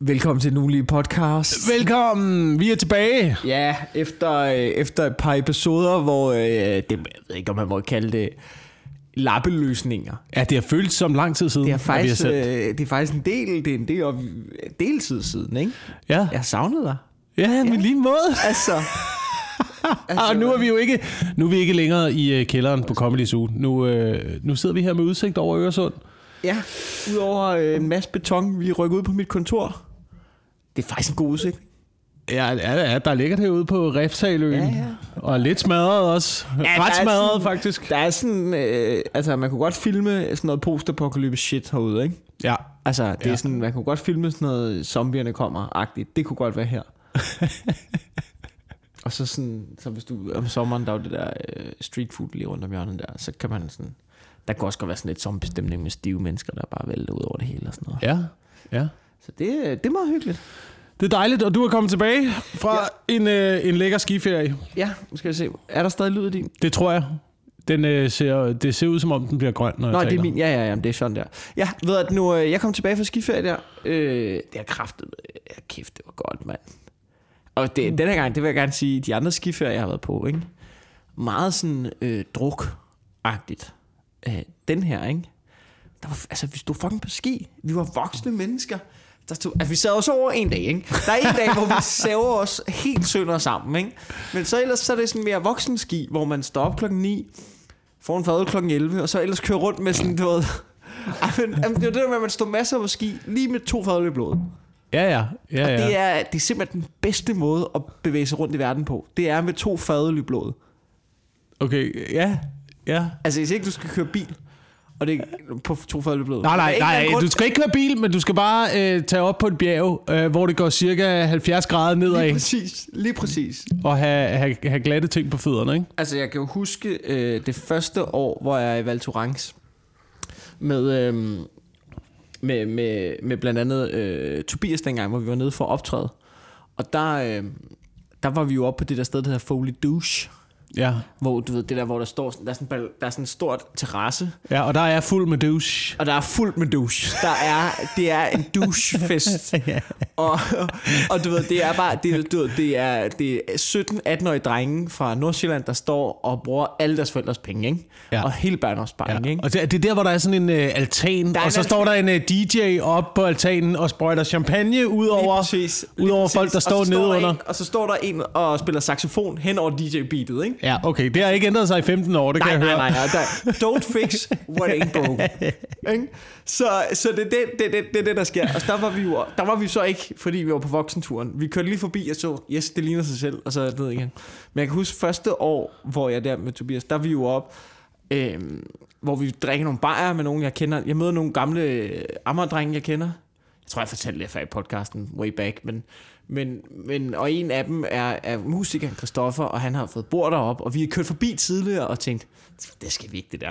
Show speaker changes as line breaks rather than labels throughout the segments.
Velkommen til den ugenlige podcast.
Velkommen, vi er tilbage.
Ja, efter, øh, efter et par episoder, hvor øh, det, jeg ved ikke, om man må kalde det lappeløsninger.
Ja, det har føltes som lang tid siden,
Det er
at vi har
faktisk, øh,
sendt.
det er faktisk en del, det er en del og deltid siden, ikke?
Ja,
Jeg savnede dig.
ja, men lige måde.
Altså,
Og nu er vi jo ikke, nu er vi ikke længere i øh, kælderen på Comedy Zoo. Nu, øh, nu sidder vi her med udsigt over Øresund.
ja, udover øh, en masse beton, vi rykker ud på mit kontor. Det er faktisk en god udsigt.
Ja, ja, ja der ligger det ude på Refsaløen.
Ja, ja.
Og lidt smadret også. Ja,
der er
Ret smadret
sådan-
faktisk.
Der er sådan, øh, altså man kunne godt filme sådan noget postapokalypse shit herude, ikke?
Ja.
Altså, det ja. er
Ja.
sådan, man kunne godt filme sådan noget, zombierne kommer-agtigt. Det kunne godt være her. og så sådan, så hvis du om sommeren, der er jo det der øh, street food lige rundt om hjørnet der, så kan man sådan, der kan også godt være sådan lidt zombiestemning med stive mennesker, der bare vælter ud over det hele og sådan noget. Ja.
Ja, ja.
Så det, øh, det er meget hyggeligt.
Det er dejligt, og du er kommet tilbage fra ja. en, øh, en lækker skiferie.
Ja, nu skal jeg se. Er der stadig lyd i din?
Det tror jeg. Den, øh, ser, det ser ud som om, den bliver grøn, når
Nå, det
jeg
er
taler.
min. Ja, ja, ja, men det er sådan der. Ja, ved at nu, øh, jeg kom tilbage fra skiferie der. Øh, det har kraftet. Ja, kæft, det var godt, mand. Og det, mm. den her gang, det vil jeg gerne sige, de andre skiferier, jeg har været på, ikke? Meget sådan øh, druk-agtigt. Øh, den her, ikke? Der var, altså, vi stod fucking på ski. Vi var voksne mennesker. Der stod, altså, vi sad også over en dag, ikke? Der er en dag, hvor vi saver os helt sønder sammen, ikke? Men så ellers så er det sådan mere voksenski, hvor man står op klokken 9, får en fadøl klokken 11, og så ellers kører rundt med sådan, du ved... Ej, men, jamen, det er jo det der med, at man står masser på ski, lige med to fadøl i blodet.
Ja, ja. ja,
Og
ja.
det er, det er simpelthen den bedste måde at bevæge sig rundt i verden på. Det er med to fadøl i blodet.
Okay, ja. Ja.
Altså, hvis ikke du skal køre bil, og det er på to fadøl i blodet.
Nej,
Der er
nej,
en eller
nej.
anden grund-
Du skal ikke køre bil, men du skal bare øh, tage op på et bjerg, øh, hvor det går cirka 70 grader
Lige
nedad,
præcis, lige præcis.
og have, have, have glatte ting på fødderne, ikke?
Altså, jeg kan jo huske øh, det første år, hvor jeg er i Val Thorens med, øh, med, med, med blandt andet øh, Tobias dengang, hvor vi var nede for at optræde. Og der, øh, der var vi jo oppe på det der sted, der hedder Foley Douche.
Ja.
Hvor du ved, det der, hvor der står sådan, der er sådan, bal- der er sådan en stort terrasse,
ja, og der er jeg fuld med douche.
og der er fuldt med douche. Der er, det er en douchefest. og, og du ved, det er bare, det, du ved, det er, det er 17-18-årige drenge fra Nordsjælland, der står og bruger alle deres forældres penge, ikke? Ja.
Ja.
Og hele børneopsparing, ja.
Ja.
ikke?
Og det, det er der, hvor der er sådan en øh, altan,
Der er
og
en
så
altan.
står der en øh, DJ op på altanen og sprøjter champagne ud over, ud over folk, der
Og så
står nede
der
under.
En, og så står der en og spiller saxofon hen over DJ-beatet, ikke?
Ja, okay. Det har ikke ændret sig i 15 år, det
Nej,
kan jeg
nej, nej,
høre.
nej. Der, don't fix what ain't broken. Ikke? så, så det er det, det, det, det, er det, der sker. Og der var, vi jo, der var vi så ikke, fordi vi var på voksenturen. Vi kørte lige forbi og så, yes, det ligner sig selv, og så ned igen. Men jeg kan huske første år, hvor jeg er der med Tobias, der er vi jo op, øh, hvor vi drikker nogle bajer med nogen, jeg kender. Jeg møder nogle gamle øh, ammerdrenge, jeg kender. Jeg tror, jeg fortalte det før i podcasten way back, men, men, men og en af dem er, er musikeren Christoffer, og han har fået bord derop, og vi har kørt forbi tidligere og tænkt, det skal vi ikke, det der.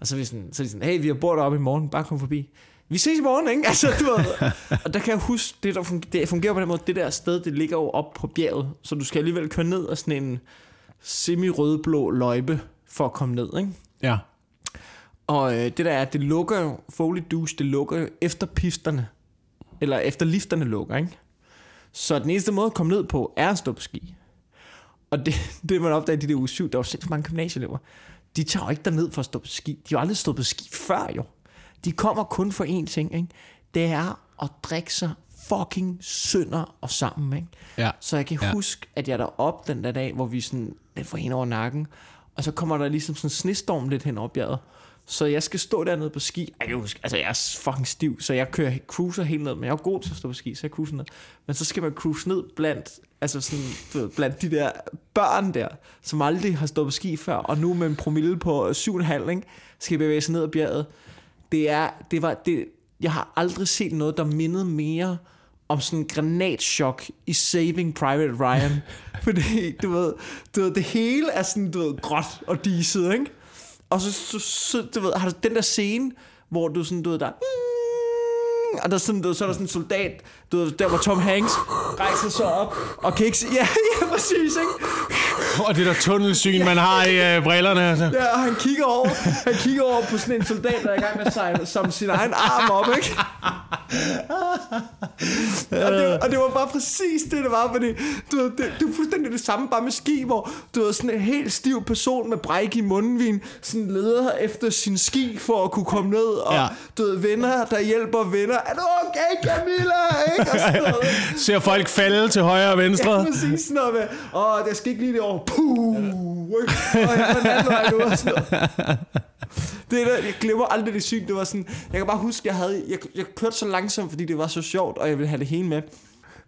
Og så er vi sådan, så er de sådan hey, vi har bord deroppe i morgen, bare kom forbi. Vi ses i morgen, ikke? Altså, du ved. og der kan jeg huske, det der fungerer, det fungerer på den måde, det der sted, det ligger jo op på bjerget, så du skal alligevel køre ned og sådan en semi-rødblå løjpe for at komme ned, ikke?
Ja.
Og øh, det der er, det lukker jo, Foley Douche, det lukker jo efter pisterne. Eller efter lifterne lukker, ikke? Så den eneste måde at komme ned på, er at stå på ski. Og det, det man opdager i de der uge 7, der var sindssygt mange gymnasieelever. De tager jo ikke derned for at stå på ski. De har jo aldrig stået på ski før, jo. De kommer kun for én ting, ikke? Det er at drikke sig fucking sønder og sammen, ikke?
Ja.
Så jeg kan ja.
Ja.
huske, at jeg er deroppe den der dag, hvor vi sådan, den får en over nakken, og så kommer der ligesom sådan en snestorm lidt hen op bjerget. Så jeg skal stå dernede på ski. Ej, jeg kan huske, altså jeg er fucking stiv, så jeg kører cruiser helt ned, men jeg er jo god til at stå på ski, så jeg cruiser ned. Men så skal man cruise ned blandt, altså sådan, du ved, blandt de der børn der, som aldrig har stået på ski før, og nu med en promille på 7,5, ikke, skal bevæge sig ned ad bjerget. Det er, det var, det, jeg har aldrig set noget, der mindede mere om sådan en granatschok i Saving Private Ryan. Fordi, du ved, du ved, det hele er sådan, du ved, gråt og diset, ikke? Og så, så, så du ved, har du den der scene, hvor du sådan, du ved, der er- og der er sådan, du ved, så er der sådan en soldat, du ved, der hvor Tom Hanks rejser sig op, og kan ikke se, ja, ja, præcis, ikke?
Og det der tunnelsyn, man har i øh, brillerne. Så.
Ja, og han kigger, over, han kigger over på sådan en soldat, der er i gang med at sejle som sin egen arm op, ikke? og, det, var- og det var bare præcis det, det var, fordi du ved, det, det var fuldstændig det samme, bare med ski, hvor du ved, sådan en helt stiv person med bræk i mundvin, sådan leder efter sin ski for at kunne komme ned, og
Ja.
ja. du ved, venner, der hjælper venner, er du okay, Camilla? Ikke? Og sådan noget.
Ser folk falde til højre og
Ja,
venstre.
præcis sådan noget med, åh, jeg skal ikke lige det over, puh, ikke? og jeg var den anden vej nu, og sådan noget. Det er der, jeg glemmer aldrig det syn, det var sådan, jeg kan bare huske, jeg havde, jeg, jeg kørte så langsomt, fordi det var så sjovt, og jeg ville have det hele med,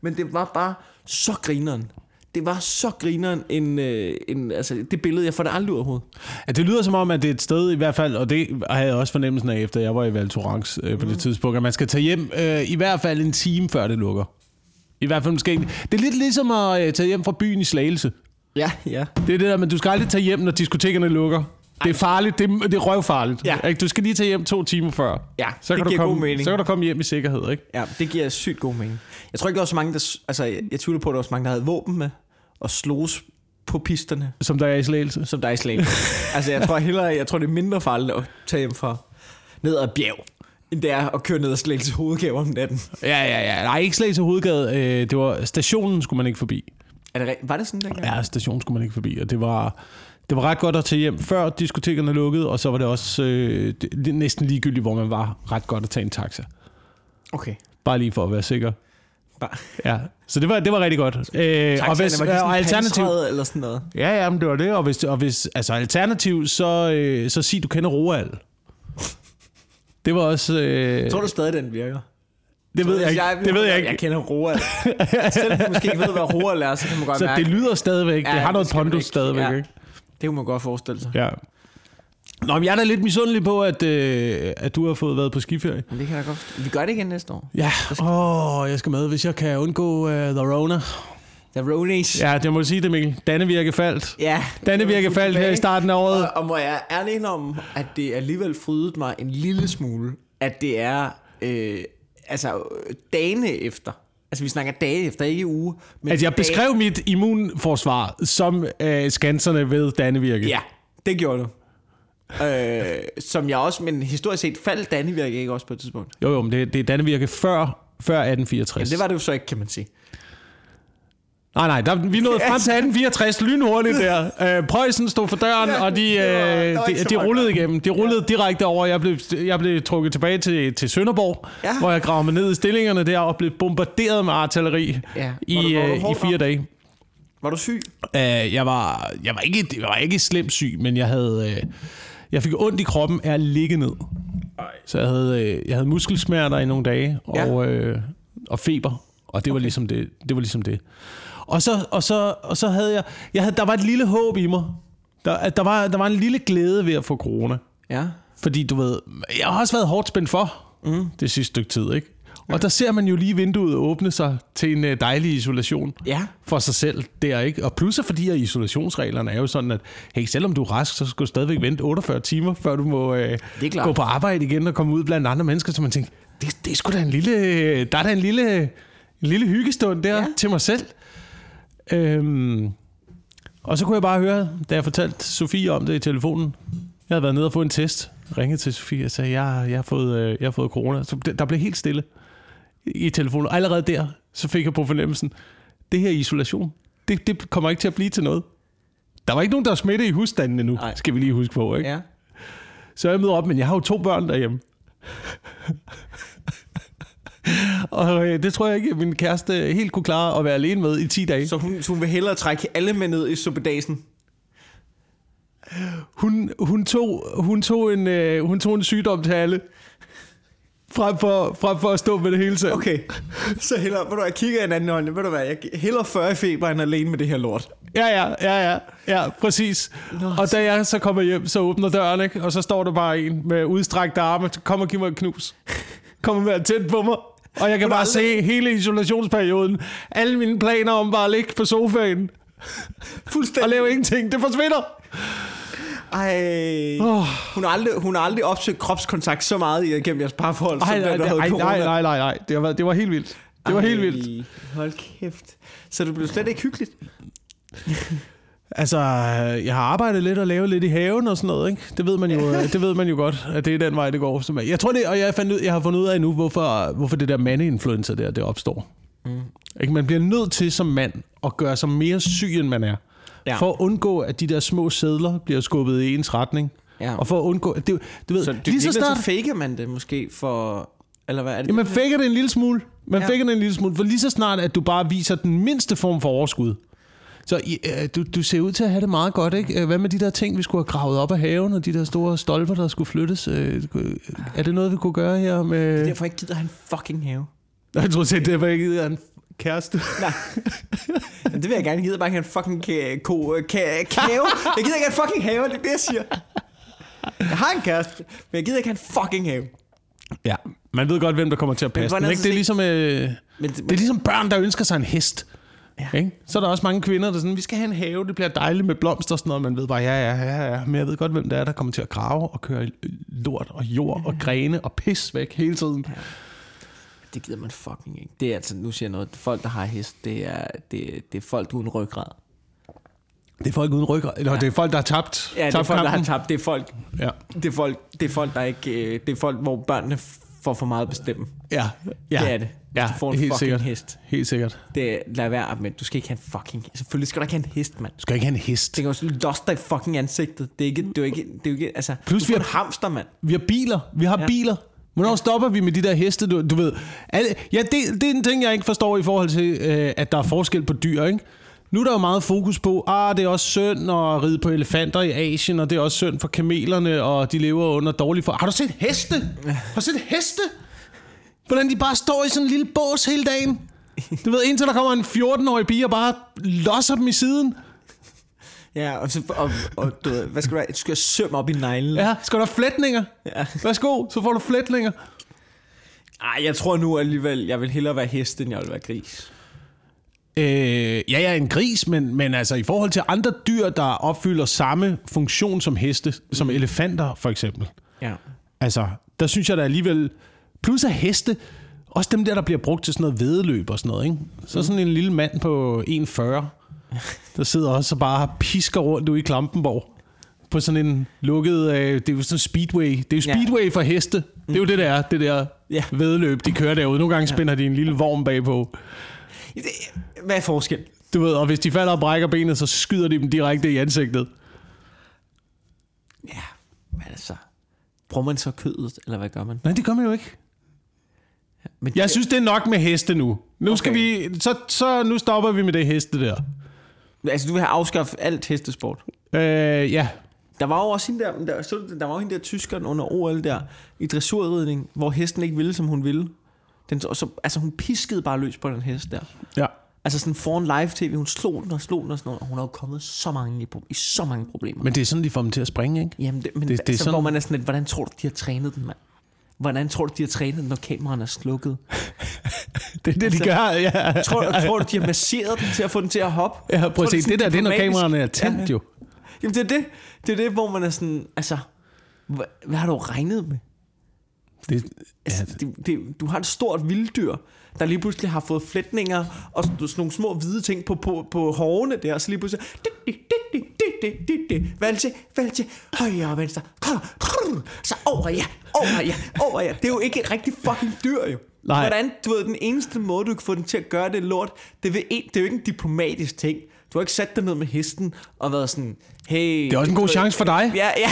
men det var bare så grineren. Det var så grineren en, øh, en, altså det billede, jeg får det aldrig ud af hovedet.
Ja, det lyder som om, at det er et sted i hvert fald, og det havde jeg også fornemmelsen af, efter jeg var i Val Thorens øh, på
Mm.
det tidspunkt, at man skal tage hjem øh, i hvert fald en time, før det lukker. I hvert fald måske ikke. Det er lidt ligesom at øh, tage hjem fra byen i Slagelse.
Ja, ja.
Det er det der, men du skal aldrig tage hjem, når diskotekerne lukker. Det er farligt, det er, det er røvfarligt.
Ja.
Ikke? Du skal lige tage hjem to timer før.
Ja,
så
det
kan, du
giver god
komme,
mening.
så kan du komme hjem i sikkerhed, ikke?
Ja, det giver sygt god mening. Jeg tror ikke, der var så mange, der, s- altså jeg, jeg tvivler på, at der var så mange, der havde våben med, og slogs på pisterne.
Som der er i slagelse.
som der er i Slagelse. altså, jeg tror hellere, jeg tror, det er mindre farligt at tage hjem fra ned ad bjerg, end det er at køre ned ad Slagelse hovedgave om natten.
Ja, ja, ja. Nej, ikke Slagelse Hovedgade. Øh, det var stationen, skulle man ikke forbi.
Er det, rigt- var det sådan dengang?
Ja, stationen skulle man ikke forbi, og det var... Det var ret godt at tage hjem, før diskotekerne lukkede, og så var det også øh, det- næsten ligegyldigt, hvor man var. Ret godt at tage en taxa.
Okay.
Bare lige for at være sikker.
Bare,
Ja. Så det var, det var rigtig godt. Øh, og, hvis, og alternativ,
ligesom eller sådan noget.
Ja, ja, men det var det. Og hvis, og hvis altså alternativ, så, øh, så sig, du kender Roald. Det var også... Øh,
Jeg tror du stadig, den virker?
det, ved jeg, ikke. det ved jeg ikke.
Jeg kender Roald. Selv hvis måske ikke ved, hvad Roald er, så kan man godt
Så
mærke.
det lyder stadigvæk.
Ja,
det har
det
noget
skal man
pondus
ikke.
stadigvæk,
Ja.
ikke?
Det kunne man godt forestille sig.
Ja. Nå, men jeg er da lidt misundelig på, at, øh, at du har fået været på skiferie.
Men det kan jeg da godt. forstå. Vi gør det igen næste år.
Ja, åh, oh, jeg skal med, hvis jeg kan undgå uh, The Rona.
Der er Rollies.
Ja, det må du sige det, Mikkel. Dannevirke faldt.
ja
Dannevirke
vi
faldt her i
tilbage.
starten af året.
Og, og må jeg ærligt indrømme, at det alligevel frydet mig en lille smule, at det er øh, altså øh, dagene efter. Altså vi snakker dage efter, ikke uge. Men
At Altså, jeg
dage-
beskrev mit immunforsvar som øh, skanserne ved Dannevirke.
Ja, det gjorde du. øh, som jeg også, men historisk set faldt Dannevirke ikke også på et tidspunkt.
Jo, jo, men det, det er Dannevirke før, før 1864.
Men det var det jo så ikke, kan man sige.
Nej, nej, der, vi nåede frem til 1864 lynhurtigt der. Øh, Preussen stod for døren,
Ja,
og de,
det var- der var
øh,
ikke
de,
så
de
meget
rullede igennem. De rullede direkte over. Jeg blev, jeg blev trukket tilbage til, til Sønderborg,
Ja.
hvor jeg gravede mig ned i stillingerne der og blev bombarderet med artilleri
Ja.
i,
Var du- var du
øh, i
hårdt
fire
ramt?
dage.
Var du syg?
Øh, jeg, var, jeg, var ikke, jeg var ikke slemt syg, men jeg havde... Øh, jeg fik ondt i kroppen af at ligge ned. Så jeg havde, øh, jeg havde muskelsmerter i nogle dage, og,
Ja.
øh, og feber. Og det var, ligesom det, det var ligesom det. Og så, og så, og så havde jeg, jeg havde, der var et lille håb i mig. Der, at der, var, der var en lille glæde ved at få corona.
Ja.
Fordi du ved, jeg har også været hårdt spændt for mm. det sidste stykke tid, ikke? Og der ser man jo lige vinduet åbne sig til en øh, dejlig isolation
Ja.
for sig selv der, ikke? Og plus er fordi, at isolationsreglerne er jo sådan, at hey, selvom du er rask, så skal du stadigvæk vente 48 timer, før du må øh,
Det er klart.
gå på arbejde igen og komme ud blandt andre mennesker. Så man tænker, det, det er sgu da en lille, øh, der er da en lille, en lille hyggestund der ja.
Ja.
til mig selv. Øhm, og så kunne jeg bare høre, da jeg fortalte Sofie om det i telefonen, jeg havde været nede og få en test, ringede til Sofie og sagde, jeg, jeg, har, fået, øh, jeg har fået corona. Så der blev helt stille i telefonen. Og Allerede der, så fik jeg på fornemmelsen, det her isolation, det, det kommer ikke til at blive til noget. Der var ikke nogen, der var smittet i husstanden endnu,
Nej.
skal vi lige huske på. Ikke?
Ja.
Så jeg møder op, men jeg har jo to børn derhjemme. og øh, det tror jeg ikke, at min kæreste helt kunne klare at være alene med i 10 dage.
Så hun, så hun vil hellere trække alle med ned i suppedasen.
Hun, hun, tog, hun, tog en, øh, hun tog en sygdom til alle. Frem for, frem for at stå med det hele selv.
Okay, så hellere, ved du, hvad, jeg kigger i en anden hånd, ved du hvad, jeg hellere 40 i feber end alene med det her lort.
Ja, ja, ja, ja, ja, præcis. Nå, og da jeg så kommer hjem, så åbner døren, ikke? og så står der bare en med udstrakte arme. Kom og giv mig et knus. Kom og vær tæt på mig. Og jeg kan bare se hele isolationsperioden. Alle mine planer om bare at ligge på sofaen og
Fuldstændig.
lave ingenting, det forsvinder.
Ej.
Åh.
Hun, har aldrig, hun har aldrig opsøgt kropskontakt så meget i- igennem jeres parforhold,
Ej,
som da
nej,
du havde
nej,
corona.
nej, nej, nej, nej. Det var, det var helt vildt. Det var helt
Ej,
vildt.
Hold kæft. Så det blev slet ikke hyggeligt.
Altså, jeg har arbejdet lidt og lavet lidt i haven og sådan noget, ikke? Det ved man jo, det ved man jo godt, at det er den vej, det går. Som er- Jeg tror det, og jeg, fandt ud, jeg har fundet ud af nu, hvorfor, hvorfor det der mandeinfluencer der, det opstår. Mm. Ikke? Man bliver nødt til som mand at gøre sig mere syg, end man er.
Ja.
Ja. For at undgå, at de der små sædler bliver skubbet i ens retning.
Ja.
Ja. Og for at undgå... Det, du ved,
Så
så
det,
lige så snart...
så faker man det måske for... Eller hvad er det?
Ja, man faker det en lille smule. Man
Ja.
ja. faker det en lille smule. For lige så snart, at du bare viser den mindste form for overskud, så i- øh, du, du ser ud til at have det meget godt, ikke? Øh, Hvad med de der ting, vi skulle have gravet op af haven, og de der store stolper, der skulle flyttes? Øh, Er det noget, vi kunne gøre her med...
Derfor ikke gider han fucking have.
Nå, Jeg tror selv, det var ikke en kæreste.
Nej. Men det vil jeg gerne. Jeg gider bare ikke have en fucking ka- ko, ka- kave. Jeg gider ikke have en fucking have, det er det, jeg siger. Jeg har en kæreste, men jeg gider ikke have en fucking have.
Ja, man ved godt, hvem der kommer til at passe
hvordan
den,
så
ikke? Det er
se-
ligesom... Øh,
Men,
Det er ligesom børn, der ønsker sig en hest.
Ja.
Ja. Ikke? Så er der også mange kvinder, der sådan, vi skal have en have, det bliver dejligt med blomster og sådan noget. Man ved bare, ja, ja, ja, ja. Men jeg ved godt, hvem det er, der kommer til at grave og køre lort og jord og grene og pis væk hele tiden.
det gider man fucking ikke. Det er altså, nu siger jeg noget, folk, der har hest, det er, det, det er folk uden ryggrad.
Det er folk uden ryggrad. Eller ja. det er folk, der har tabt,
Ja, det er
tabt
folk, der har
kampen.
tabt. Det er folk,
Ja.
det er folk, det er folk der ikke... øh, Det er folk, hvor børnene f- får for meget at bestemme.
Ja. ja.
Det er det. Hvis
Ja,
du får en
helt
fucking
sikkert.
hest.
Helt sikkert.
Det er, lad være, men du skal ikke have en fucking... Selvfølgelig skal du ikke have en hest, mand.
Du skal ikke have en hest.
Det kan jo lost dig i fucking ansigtet. Det er ikke, det er jo ikke, det er jo ikke, altså...
Plus
du
vi
får
har-
en hamster, mand.
Vi har biler. Vi har
Ja.
ja. biler. Hvornår stopper vi med de der heste? Du, du ved, alle, ja, det, det er en ting, jeg ikke forstår i forhold til, øh, at der er forskel på dyr, ikke? Nu er der jo meget fokus på, ah, det er også synd at ride på elefanter i Asien, og det er også synd for kamelerne, og de lever under dårlige for... Har du set heste? Har du set heste? Hvordan de bare står i sådan en lille bås hele dagen? Du ved, indtil der kommer en 14-årig pige og bare losser dem i siden.
Ja, og, så, og, og du ved, hvad skal du have? Du skal have søm op i neglen.
Ja, skal der flætninger?
Ja.
Værsgo, så får du flætninger.
Ej, jeg tror nu alligevel, jeg vil hellere være hest, end jeg vil være gris.
Øh, ja, jeg er en gris, men, men altså i forhold til andre dyr, der opfylder samme funktion som heste, som elefanter for eksempel,
Ja.
altså der synes jeg da alligevel, plus at heste, også dem der, der bliver brugt til sådan noget vedløb og sådan noget, ikke? Så sådan en lille mand på 1,40, der sidder også og bare pisker rundt ude i Klampenborg på sådan en lukket, øh, det er jo sådan en speedway. Det er jo
Ja.
speedway for heste. Det er jo det, der er, det der
Ja.
vedløb, de kører derude. Nogle gange spænder de en lille vogn bagpå.
Det- Hvad er forskellen?
Du ved, og hvis de falder og brækker benet, så skyder de dem direkte i ansigtet.
Ja, men altså... Bruger man så kødet, eller hvad gør man?
Nej, det gør man jo ikke.
Men
Jeg synes, det er nok med heste nu. Nu skal
Okay.
vi... Så, så nu stopper vi med det heste der.
Altså, du vil have afskaffet alt hestesport.
Øh, ja.
Der var jo også hende der, der, så, du det? der var jo hende der tyskeren under OL der, i dressurridning, hvor hesten ikke ville, som hun ville. Den, så- så, altså, hun piskede bare løs på den hest der.
Ja.
Altså sådan foran live-tv, hun slog den og slog den og sådan noget, og hun har jo kommet så mange i, pro- i så mange problemer.
Men det er sådan, de får dem til at springe, ikke?
Jamen, det, men det,
det er
det, altså, sådan... hvor
sådan-
man er sådan lidt, hvordan tror du, de har trænet den, mand? Hvordan tror du, de har trænet den, når kameraerne er slukket?
Det er det, de gør, ja.
Tror, tror du, de har masseret den til at få den til at hoppe?
Ja,
Tror
prøv
du,
at se,
sådan
det der, det er, når
diplomatisk?
kameraerne er tændt jo.
Jamen, det er det. Det er det, hvor man er sådan, altså, hvad, hvad har du regnet med?
Det, ja.
Altså, det, det, du har et stort vilddyr, der lige pludselig har fået flætninger og sådan nogle små hvide ting på, på, på hårene der, og så lige pludselig... Valse, valse, højre og venstre, krøller, krøller, så over ja, over ja, over ja. Det er jo ikke et rigtigt fucking dyr, jo.
Nej.
Hvordan, du ved, den eneste måde, du kan få den til at gøre det lort, det, ved en, det er jo ikke en diplomatisk ting. Du har ikke sat dig ned med hesten og været sådan, hey...
det er også en god chance for dig.
Ja, ja.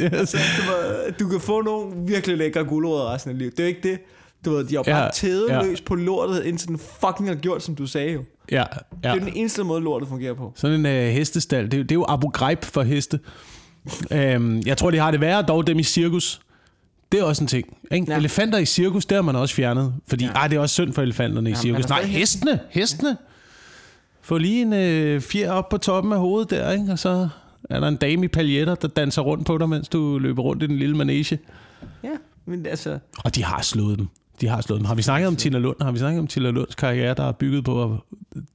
Yes.
Du, ved, du kan få nogle virkelig lækre gulerødder resten af livet. Det er jo ikke det. Du ved, de har bare ja,
Ja,
tædet ja.
ja.
løs på lortet, indtil den fucking har gjort, som du sagde jo. Ja.
Ja, ja.
Det er den eneste måde, lortet fungerer på.
Sådan en øh, hestestal, det, er jo- det er jo Abu Ghraib for heste. øhm, jeg tror, de har det værre, dog dem i cirkus. Det er også en ting. Ikke?
Ja.
Ja. Elefanter i cirkus, der har man også fjernet. Fordi ja. altså- ej, det er også synd for elefanterne i
men
cirkus.
der er
Nej,
stadig
hestene, hestene. Få lige en øh, fjer op på toppen af hovedet der, ikke? og så er der en dame i paljetter, der danser rundt på dig, mens du løber rundt i den lille manege.
Ja, men altså...
Og de har slået dem. De har slået dem. Har vi snakket om Tina Lund? Har vi snakket om Tina Lunds karriere, der er bygget på at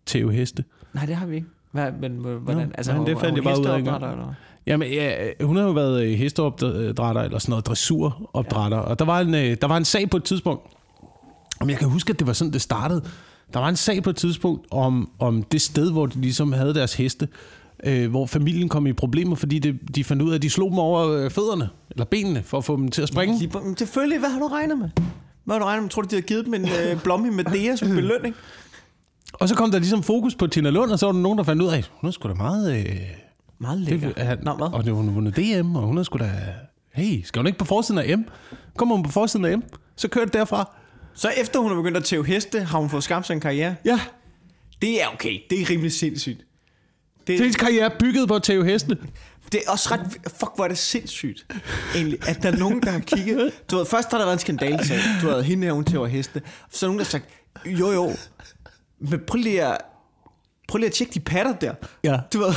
tæve heste?
Nej, det har vi ikke. Hvad, men h- hvordan?
Nå,
altså,
men
har-
det fandt
har hun
jeg bare ud af
hesteopdrætter,
engang.
eller hvad?
Jamen, ja, hun har jo været øh, hesteopdrætter, eller sådan noget dressuropdrætter, og der var, en, øh, der var en sag på et tidspunkt, om jeg kan huske, at det var sådan, det startede, Der var en sag på et tidspunkt om, om det sted, hvor de ligesom havde deres heste, øh, hvor familien kom i problemer, fordi det, de fandt ud af, at de slog dem over øh, fødderne, eller benene, for at få dem til at springe.
Lige, men selvfølgelig, hvad har du regnet med? Hvad har du regnet med? Tror du, de har givet dem en øh, blomme med det som belønning?
Og så kom der ligesom fokus på Tina Lund, og så var der nogen, der fandt ud af, hun er sgu da meget... Øh,
Meget lækker.
det, er,
Nå, hvad?
og det, hun har vundet DM, og hun er sgu da... Hey, skal hun ikke på forsiden af M? Kommer hun på forsiden af M, så kører det derfra.
Så efter hun er begyndt at tæve heste, har hun fået skabt sig en karriere.
Ja,
Det er okay. Det er rimelig sindssygt.
det er hendes karriere bygget på at tæve hestene.
Det er også ret... Fuck, hvor er det sindssygt, egentlig, at der er nogen, der har kigget... Du ved, først har der været en skandalesag. Du havde hende her, hun tæver heste. Så er der nogen, der har sagt, jo jo, men prøv lige at... Prøv lige at tjekke de patter der.
Ja.
Du ved...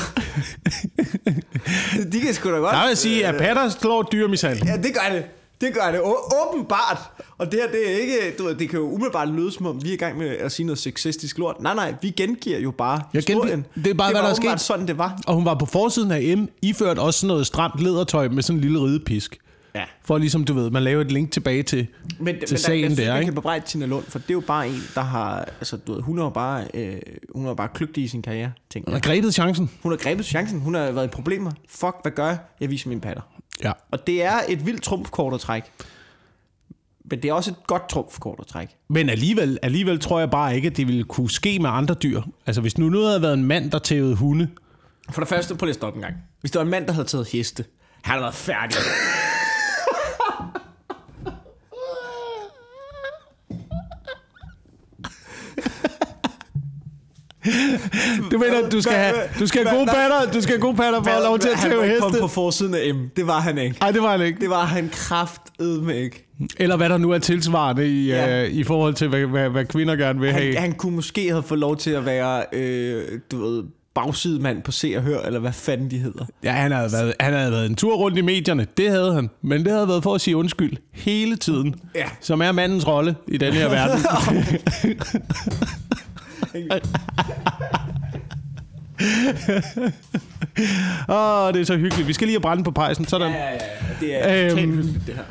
de kan sgu da godt...
Der vil jeg sige, at Patter slår dyrmishandling.
Ja, det gør det. Det gør det. Å- åbenbart. Og det her, det er ikke... Du ved, det kan jo umiddelbart lyde, som om vi er i gang med at sige noget sexistisk lort. Nej, nej, vi gengiver jo bare
Jeg gengiver-
historien.
det er bare,
det
hvad der er
var åbenbart
sket.
sådan, det var.
Og hun var på forsiden af M, iført også sådan noget stramt ledertøj med sådan en lille ridepisk.
Ja.
For ligesom, du ved, man laver et link tilbage til,
Men,
til
men
sagen
der, jeg synes,
der,
man
ikke?
kan bebrejde Tina Lund, for det er jo bare en, der har... Altså, du ved, hun er jo bare, øh, hun er jo bare kløgtig i sin karriere, tænker
Hun har
jeg.
grebet chancen.
Hun har grebet chancen, hun har været i problemer. Fuck, hvad gør jeg? Jeg viser mine patter.
Ja.
Og det er et vildt trumfkort at trække. Men det er også et godt trumfkort at trække.
Men alligevel, alligevel tror jeg bare ikke, at det ville kunne ske med andre dyr. Altså, hvis nu nu havde været en mand, der tævede hunde,
For det første, prøv lige at stoppe en gang. Hvis der var en mand, der havde taget heste, han havde været færdig.
Du mener, du skal
Hvad-
have, du skal have
hvad-
gode
hvad-
patter, du skal have gode patter for at have lov til at
han
tæve
var ikke kommet
heste.
på forsiden af M. Det var han ikke.
Ej, det var han ikke.
Det var han kraftedme ikke.
Eller hvad der nu er tilsvarende i,
Ja.
øh, i forhold til, hvad, hvad, hvad kvinder gerne vil have.
Han, han kunne måske have fået lov til at være, øh, du ved, bagsidemand på Se og Hør, eller hvad fanden de hedder.
Ja, han havde, været, han havde været en tur rundt i medierne. Det havde han. Men det havde været for at sige undskyld hele tiden.
Ja.
Som er mandens rolle i den her verden. Åh, oh, det er så hyggeligt. Vi skal lige have brænde på pejsen. Sådan.
det
er totalt Øhm. hyggeligt,
det her.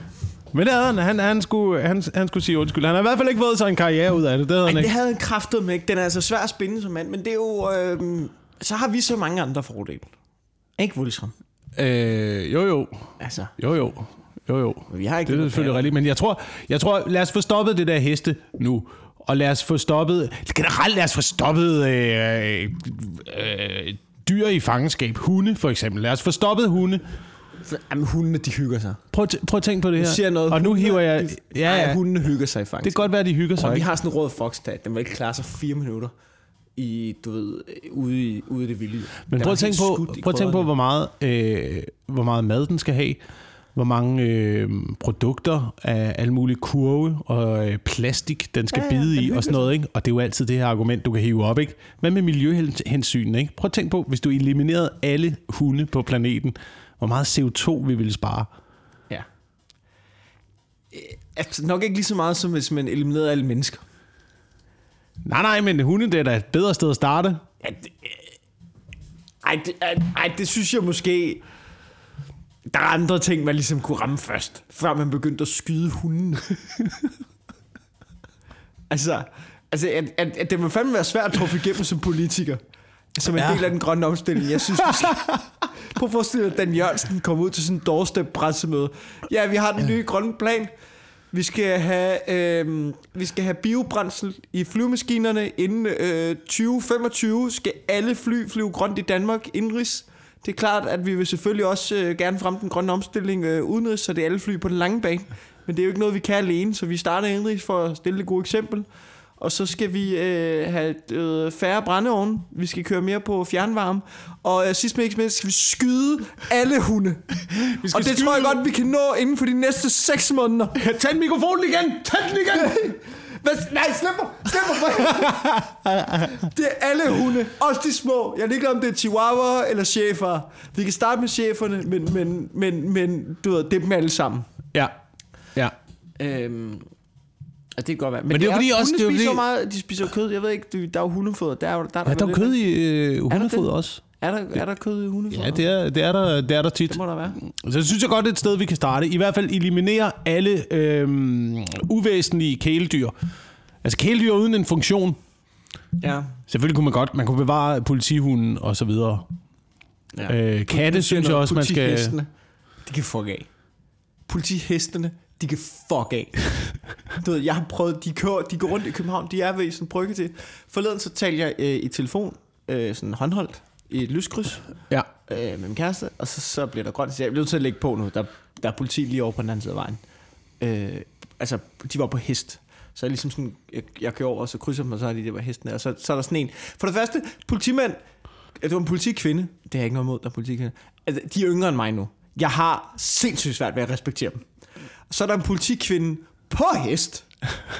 Men det havde han. Han, han, skulle, han, han skulle sige undskyld. Han har i hvert fald ikke fået sig en karriere ud af det. Det havde han
Men
ikke.
det havde han kraftedme ikke. Den er altså svær at spinde som mand, men det er jo... Øh, så har vi så mange andre fordele. Ikke voldsomt.
Øh, jo, jo.
Altså,
Jo, jo. Jo, jo.
vi har ikke...
Det er
noget
selvfølgelig
bedre.
rigtigt, men jeg tror, jeg tror, lad os få stoppet det der heste nu. Og lad os få stoppet, generelt lad os få stoppet øh, øh, øh, dyr i fangenskab. Hunde for eksempel. Lad os få stoppet hunde.
Jamen, hundene, de hygger sig.
Prøv, at tæ- prøv at tænke på det her.
siger noget.
og nu
Hundene,
hiver jeg... Ja,
Ej,
ja. Det
hundene hygger sig faktisk.
kan godt være, de hygger sig.
Og vi
ikke?
har sådan en rød foxtag, den vil ikke klare sig fire minutter i, du ved, øh, ude i, ude i det vilde.
Men
Den
prøv
var
at, tænke
helt
på,
skudt i
prøv at tænke på,
krydderne.
hvor meget, øh, hvor meget mad den skal have, hvor mange øh, produkter af alle mulige kurve og øh, plastik, den skal
Ja,
ja,
ja, den
bide i
hygger
og sådan noget. Ikke? Og det er jo altid det her argument, du kan hive op. Ikke? Hvad med miljøhensyn? Ikke? Prøv at tænke på, hvis du eliminerede alle hunde på planeten, hvor meget CO2 vi ville spare.
Ja. Øh, Altså, nok ikke lige så meget, som hvis man eliminerede alle mennesker.
Nej, nej, men hunde, det er da et bedre sted at starte.
Ja, det, øh, ej, det, ej, ej, det synes jeg måske... Der er andre ting, man ligesom kunne ramme først, før man begyndte at skyde hunden. altså, altså at, at, at det må fandme være svært at truffe igennem som politiker. Som en
Ja.
del af den grønne omstilling. Jeg synes, du skal... Prøv at forestille dig, at Dan Jørgensen kom ud til sådan en doorstep-pressemøde. Ja, vi har den nye grønne plan. Vi skal have, øh, vi skal have biobrændsel i flyvemaskinerne. Inden øh, 2025 skal alle fly flyve grønt i Danmark indrigs. Det er klart, at vi vil selvfølgelig også øh, gerne fremme den grønne omstilling øh, udenrigs, så det er alle fly på den lange bane. Men det er jo ikke noget, vi kan alene, så vi starter indrigs for at stille et godt eksempel. Og så skal vi øh, have øh, færre brændeovne. Vi skal køre mere på fjernvarme. Og øh, sidst men ikke mindst skal vi skyde alle hunde. vi skal og det skyde... tror jeg godt, vi kan nå inden for de næste 6 måneder.
Tag mikrofonen igen! Tag den igen!
Hvad? Nej, slip mig! Slip mig for helvede. Det er alle hunde, også de små. Jeg er ligeglad om det er chihuahua eller chefer. Vi kan starte med cheferne, men, men, men, men du ved, det er dem alle sammen.
ja, ja.
Øhm, og det kan godt være.
Men det er jo fordi også-
hunde
det er jo
spiser jo
fordi-
meget, de spiser jo kød. Jeg ved ikke, du- der er jo hundefoder. Der er, jo- der,
Er der jo kød i øh, hundefoder
det?
også?
Er der, er der kød i hundefoder?
Ja, det er, det er, der, det er der tit.
det må der være.
Så synes jeg godt, det er et sted, vi kan starte. I hvert fald eliminere alle øhm, uvæsentlige kæledyr. Altså kæledyr uden en funktion.
Ja.
Selvfølgelig kunne man godt, man kunne bevare politihunden og så videre.
ja.
Øh, katte synes jeg også, man skal...
Politihestene, de kan fuck af. Politihestene, de kan fuck af. du ved, jeg har prøvet, de, kører, de går rundt i København, de er ved sådan en brygge til. Forleden så talte jeg øh, i telefon, øh, sådan håndholdt, i et lyskryds
Ja.
øh, med min kæreste, og så, så bliver der grønt, så jeg bliver nødt til at lægge på nu. Der, der er politi lige over på den anden side af vejen. Øh, altså, de var på hest. Så jeg ligesom sådan, jeg, jeg kører over, og så krydser dem, og så er de der på hesten, og så, så er der sådan en. For det første, politimand, øh, det var en politikvinde, det har jeg ikke noget imod, der er politikvinde. Altså, de er yngre end mig nu. Jeg har sindssygt svært ved at respektere dem. Så er der en politikvinde på hest,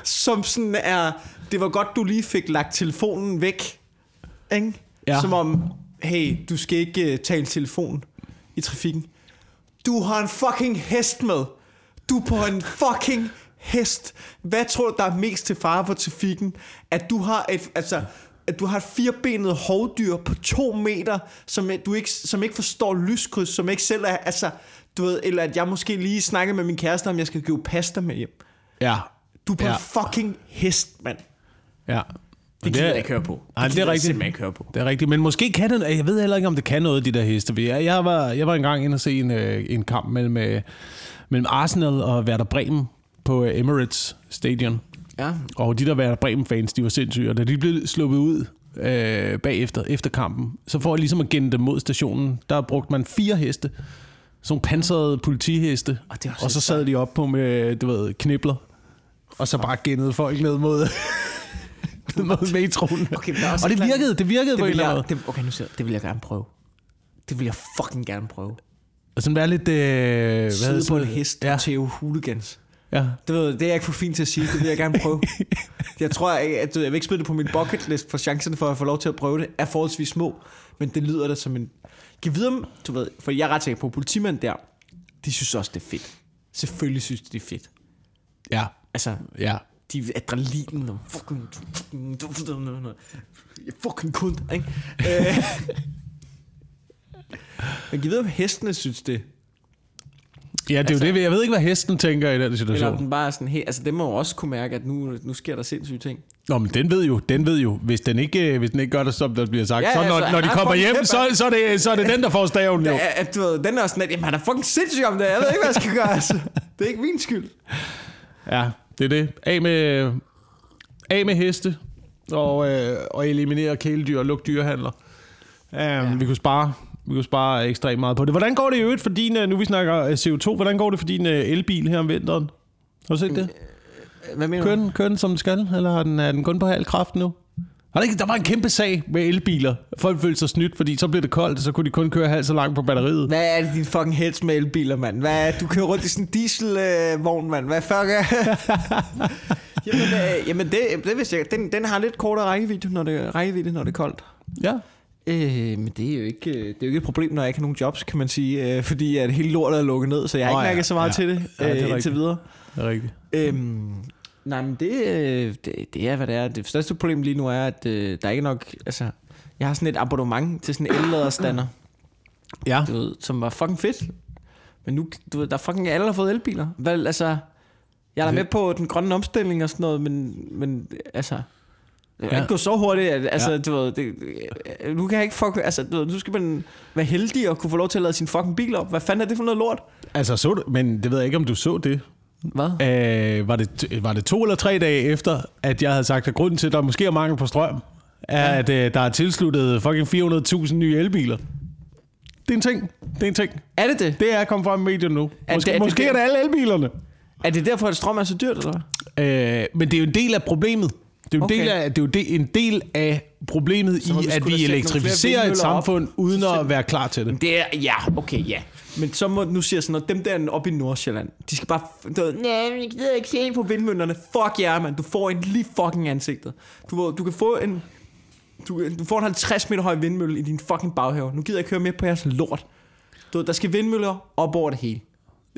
som sådan er, det var godt, du lige fik lagt telefonen væk. Ikke?
Ja.
Ja. Som om, hey, du skal ikke uh, tale i telefon i trafikken. Du har en fucking hest med. Du er på en fucking hest. Hvad tror du, der er mest til fare for trafikken? At du har et, altså, at du har et firebenet hovdyr på to meter, som du ikke, som ikke forstår lyskryds, som ikke selv er, altså, du ved, eller at jeg måske lige snakker med min kæreste, om jeg skal købe pasta med hjem.
Ja.
Du er på
Ja.
ja. en fucking hest, mand.
Ja.
Det gider jeg ikke høre på. Det
Nej, det,
gider
det er
jeg
rigtigt.
simpelthen ikke høre på.
Det er rigtigt, men måske kan den, jeg ved heller ikke, om det kan noget, de der heste. For Jeg, jeg, var, jeg var engang inde og se en, øh, en kamp mellem, øh, mellem Arsenal og Werder Bremen på øh, Emirates Stadion.
Ja.
Og de der Werder Bremen-fans, de var sindssyge, og da de blev sluppet ud øh, bagefter, efter kampen, så for ligesom at gænde dem mod stationen, der brugte man fire heste, sådan nogle pansrede politiheste,
Og det er også
og så
lidt
sad de op på med, du ved, knibler, og så bare gændede folk ned mod, ned mod metroen.
Okay, men der er også
og det
et eller andet-
virkede, det virkede
Det
på en
vil
eller anden
jeg,
måde.
det, okay, nu siger jeg, det vil jeg gerne prøve. Det vil jeg fucking gerne prøve.
Og sådan være lidt... Øh, hvad hedder
Sidde på en
sådan-
hest
Ja,
ja. til hooligans.
ja.
Det, ved, det er jeg ikke for fint til at sige, det vil jeg gerne prøve. jeg tror, jeg, at du ved, jeg vil ikke smide det på min bucket list, for chancen for at få lov til at prøve det er forholdsvis små, men det lyder da som en... Giv videre, om- du ved, for jeg er ret sikker på, at politimanden der, de synes også, det er fedt. Selvfølgelig synes de, det er fedt.
ja,
Altså,
ja.
de er adrenalin og fucking... Jeg er fucking kund, ikke? Øh. Men giv ved, om hestene synes det.
Ja, det er jo det. Jeg ved ikke, hvad hesten tænker i den
Altså- Eller om
situation.
den bare er sådan helt... Altså, det må jo også kunne mærke, at nu, nu sker der sindssyge ting.
Nå, men den ved jo, den ved jo. Hvis den ikke, øh, hvis den ikke gør det, som der bliver sagt, ja,
Ja,
så
ja,
når,
så
når de
han
kommer
får en
hjem,
kæmpe-
så, så, er det, så er det den, der får staven jo.
Ja, at, du ved, den er også sådan, at jamen, han er fucking sindssyg om det. Jeg ved ikke, hvad jeg skal gøre, altså. Det er ikke min skyld.
Ja, det er det. Af med, af med heste og, øh, og eliminere kæledyr og lukke dyrehandler. Um, ja. Vi kunne spare vi kunne spare ekstremt meget på det. Hvordan går det i øvrigt for din, øh, nu vi snakker øh, CO2, hvordan går det for din øh, elbil her om vinteren? Har du set det?
Hvad mener
Kører den, kører den som den skal, eller har den, er den kun på halv kraft nu? Har der, ikke, der var en kæmpe sag med elbiler. Folk følte sig snydt, fordi så blev det koldt, og så kunne de kun køre halvt så langt på batteriet.
Hvad er det, din fucking heads med elbiler, mand? Hvad er, du kører rundt i sådan en dieselvogn, øh, mand. Hvad fuck er Jamen, øh, jamen det, det vidste jeg. Den, den har lidt kortere rækkevidde, når det, rækkevidde, når det er koldt.
Ja.
Øh, men det er, jo ikke, øh, det er jo ikke et problem, når jeg ikke har nogen jobs, kan man sige. Øh, fordi at hele lortet er lukket ned, så jeg har
Nå
ikke
ja,
mærket så meget
ja.
til det,
Ja, det er
øh, indtil
rigtigt.
videre.
Det er rigtigt.
Øhm, nej, men det, øh, det, det er, hvad det er. Det største problem lige nu er, at øh, der er ikke nok... Altså, jeg har sådan et abonnement til sådan en elladerstander,
Ja.
du ved, som var fucking fedt. Men nu, du ved, der er fucking alle, der har fået elbiler. Hvad, altså, jeg er da
Det-
med på den grønne omstilling og sådan noget, men, men altså... Det kan
Ja.
ikke gå så hurtigt, at, altså,
Ja.
ja. du ved, det, øh, nu kan jeg ikke fuck, altså, du ved, nu skal man være heldig og kunne få lov til at lade sin fucking bil op. Hvad fanden er det for noget lort?
Altså, så du, men det ved jeg ikke, om du så det.
Hvad?
Øh, var, det, var det to eller tre dage efter, at jeg havde sagt, at grunden til, at der måske er mangel på strøm, er, ja. at øh, der er tilsluttet fucking 400.000 nye elbiler. Det er en ting. Det er en ting.
Er det det?
Det er kommet frem i medierne nu.
Er
Måske,
det- er det-
måske er det alle elbilerne.
Er det derfor, at strøm er så dyrt, eller hvad?
Øh, men det er jo en del af problemet. Det er jo, okay.
Okay.
del af, det er jo de, en del af
må
problemet
vi
i,
skulle
at
da
vi
sætte nogle
elektrificerer
flere
et
vindmøller op.
samfund, uden at være klar til det.
Det er, ja, okay, ja. Men så må, nu siger jeg sådan noget, dem der oppe i Nordsjælland, de skal bare, du ved, nej, men jeg gider ikke se på vindmøllerne. Fuck jer, yeah, mand, du får en lige fucking i ansigtet. Du, ved, du kan få en, du, du får en 50 meter høj vindmølle i din fucking baghave. Nu gider jeg ikke høre mere på jeres lort. Du ved, der skal vindmøller op over det hele.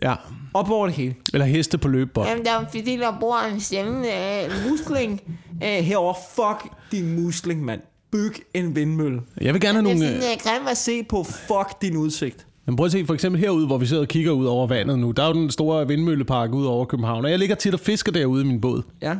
Ja.
Op over det hele.
Eller heste på løbebånd.
Jamen, der er fordi, der bor en sjældent øh, musling.
Æh, herover fuck din musling, mand. Byg en vindmølle.
Jeg vil gerne have
Det er
nogle... øh,
sådan, øh, grim
Lad mig se på fuck din udsigt.
Men prøv at se, for eksempel herude, hvor vi sidder og kigger ud over vandet nu, der er jo den store vindmøllepark ud over København, og jeg ligger tit og fisker derude i min båd.
Ja.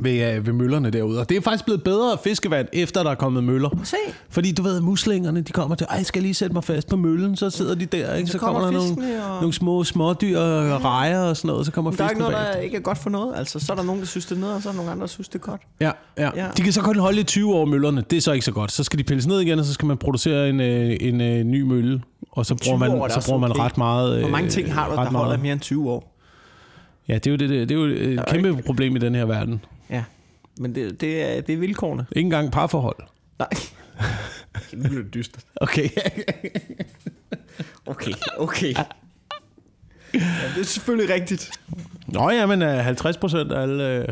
ved, øh, ved møllerne derude. Og det er faktisk blevet bedre fiskevand, efter der er kommet møller.
Se.
Fordi du ved, muslingerne, de kommer til, ej, skal jeg lige sætte mig fast på møllen, så sidder de der, ikke? Så,
kommer
kommer, der
fiskene
nogle,
og- Mm.
nogle små smådyr og rejer og sådan noget, så kommer
Der er
fisken
ikke noget,
bag.
der ikke er godt for noget. Altså, så er der nogen, der synes det er noget, og så er der nogen andre, der synes det er godt.
Ja, ja,
Ja.
ja. De kan så kun holde i 20 år møllerne. Det er så ikke så godt. Så skal de pilles ned igen, og så skal man producere en, øh, en, øh, ny mølle. Og så
20
bruger man,
år er da
så
også
bruger man
okay.
ret meget...
Hvor mange
øh,
ting har du,
ret
der
meget.
holder mere end 20 år?
Ja, det er jo, det, det, det er jo et kæmpe problem i den her verden.
Ja. Men det, det, er, det er vilkårene.
Ikke engang parforhold.
Nej. nu bliver det dystert.
Okay.
Okay, okay. Ja, det er selvfølgelig rigtigt.
Nå ja, men øh, 50 procent af alle, øh,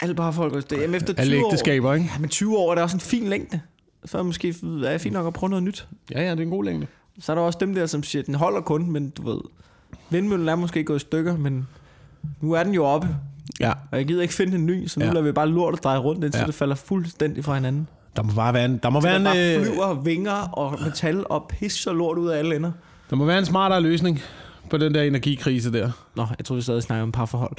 Alle bare folk, det jamen, efter 20
alle
år.
ægteskaber, ikke?
Ja, men 20 år er da også en fin længde. Så er det måske er det fint nok at prøve noget nyt.
Ja, ja, det er en god længde.
Så er der også dem der, som siger, den holder kun, men du ved, vindmøllen er måske gået i stykker, men nu er den jo oppe,
Ja,
og jeg gider ikke finde en ny, så nu ja.
Ja.
lader vi bare lortet dreje rundt, indtil ja.
Ja.
det falder fuldstændig fra hinanden.
der må bare være en, der må
Så
være
der
en,
bare
øh,
flyver og vinger og metal og pis og lort ud af alle ender.
der må være en smartere løsning på den der energikrise der.
Nå, jeg tror vi stadig snakker om parforhold.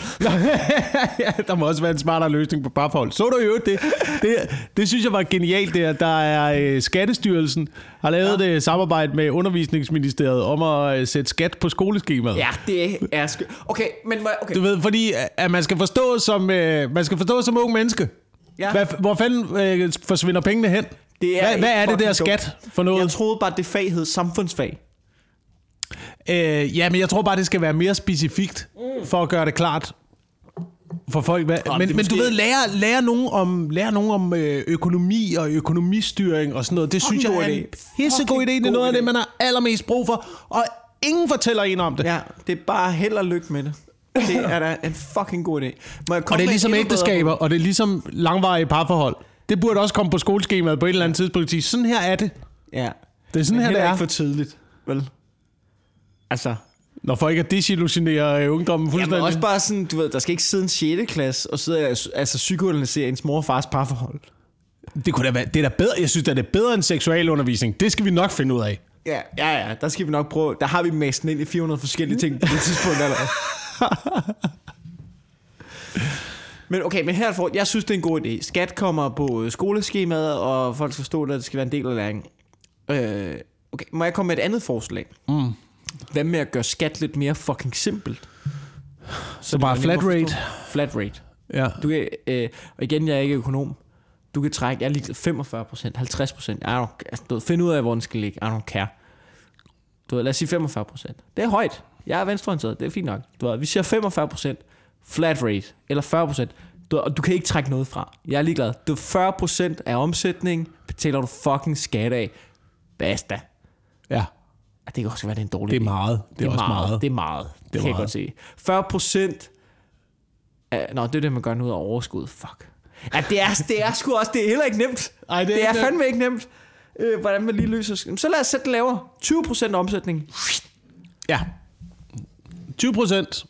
ja, der må også være en smartere løsning på parforhold. Så du jo det? det? Det synes jeg var genialt der. Der er øh, Skattestyrelsen har lavet ja. et samarbejde med Undervisningsministeriet om at øh, sætte skat på skoleskemaet.
Ja, det er skønt. Okay, men må jeg- okay.
Du ved, fordi øh, at man skal forstå som, øh, man skal forstå som ung menneske.
Ja.
Ja. Hvad, hvor fanden øh, forsvinder pengene hen?
Det er
hvad,
ikke
hvad er det der
fucking dumt.
skat for noget?
Jeg troede bare, det fag hed samfundsfag.
Øh, ja, men jeg tror bare, det skal være mere specifikt, for at gøre det klart for folk. Hvad,
Jamen,
men
det er
men du
måske-
ved, lære, lære nogen om, lære nogen om øh, økonomi og økonomistyring og sådan noget, det
Fucking
synes
god
jeg er en
idé.
pissegod idé.
Fucking
Det er noget
god
af det,
idé.
man har allermest brug for, og ingen fortæller en om det.
Ja, det er bare held og lykke med det. Det er da en fucking god idé. Må jeg komme med
og det er
et
ligesom
endnu bedre
ægteskaber, og det er ligesom langvarige parforhold. Det burde også komme på skoleskemaet på et eller andet tidspunkt og sige, sådan her er det.
bud? Ja.
Det er sådan
Men
her,
heller
det er.
ikke for tidligt, vel? Altså,
Når folk ikke desillusionerer øh, ungdommen
Jamen
fuldstændig.
også bare sådan, du ved, der skal ikke sidde en 6. klasse og sidde og altså, psykoanalysere ens mor og fars parforhold.
Det, kunne da være, det er da bedre. Jeg synes, da, det er bedre end seksualundervisning. Det skal vi nok finde ud af.
Ja, ja, ja, der skal vi nok prøve. Der har vi mæsten ind i 400 forskellige ting på det tidspunkt allerede. Men okay, men herfor, jeg synes, det er en god idé. Skat kommer på øh, skoleskemaet, og folk skal forstå, at det skal være en del af læringen. Øh, okay, må jeg komme med et andet forslag? Mm. Hvad med at gøre skat lidt mere fucking simpelt?
Så bare
det er
flat
nemmere at
rate.
forstå. Flat rate.
Ja.
Du kan, øh, og igen, jeg er ikke økonom. Du kan trække, jeg er ligeglad, 45 procent, 50 procent. I don't, altså, du ved, find ud af, hvor den skal ligge. I don't care. Du ved, lad os sige 45 procent. Det er højt. Jeg er venstreorienteret, det er fint nok. Du ved, vi siger 45 procent flat rate, eller 40 procent. Du, ved, og du kan ikke trække noget fra. Jeg er ligeglad. Du 40 procent af omsætningen betaler du fucking skat af. Basta.
ja.
Ej, Det kan også være, det er en dårlig
Det er
idé.
meget. Det er, det er også meget.
Det er meget. Det, det kan jeg
meget.
godt se. 40 procent... Nå, det er det, man gør nu af overskud. Fuck. Ja, det er, det er sgu også... Det er heller ikke nemt.
Ej, det er
det
ikke
er
nemt.
fandme ikke nemt. Øh, hvordan man lige løser... Så lad os sætte den lavere. 20 procent omsætning.
Ja. 20 procent.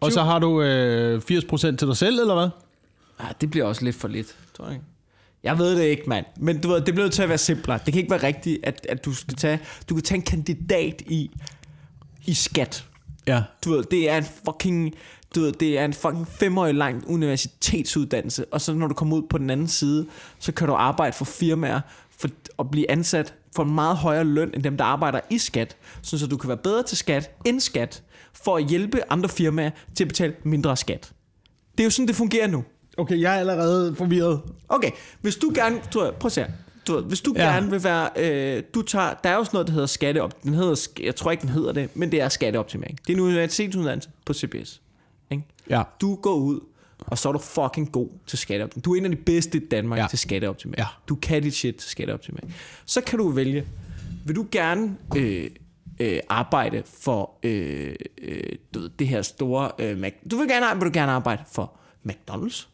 Og så har du øh, 80 procent til dig selv, eller hvad?
Ah, det bliver også lidt for lidt, tror jeg. ikke? Jeg ved det ikke, mand. Men du ved, det bliver nødt til at være simplere. Det kan ikke være rigtigt, at, at du skal tage... Du kan tage en kandidat i, i skat.
Ja.
Du ved, det er en fucking... Du ved, det er en fucking femårig lang universitetsuddannelse, og så når du kommer ud på den anden side, så kan du arbejde for firmaer for, og blive ansat for en meget højere løn end dem, der arbejder i skat, sådan så du kan være bedre til skat end skat, for at hjælpe andre firmaer til at betale mindre skat. Det er jo sådan, det fungerer nu.
Okay, jeg er allerede forvirret.
Okay, hvis du gerne, du, ved, prøv at se her. du, ved, hvis du ja.
Ja.
gerne vil være, øh, du tager, der er jo sådan noget, der hedder skatteop, den hedder, sk- jeg tror ikke, den hedder det, men det er skatteoptimering. Det er en universitetsuddannelse på CBS. Ikke?
Ja.
Du går ud, og så er du fucking god til skatteoptimering. Du er en af de bedste i Danmark ja.
Ja.
til skatteoptimering.
Ja.
Du kan dit shit til skatteoptimering. Så kan du vælge, vil du gerne øh, øh, arbejde for øh, øh, du ved, det her store... Øh, Mac- du vil, gerne, vil du gerne arbejde for McDonald's?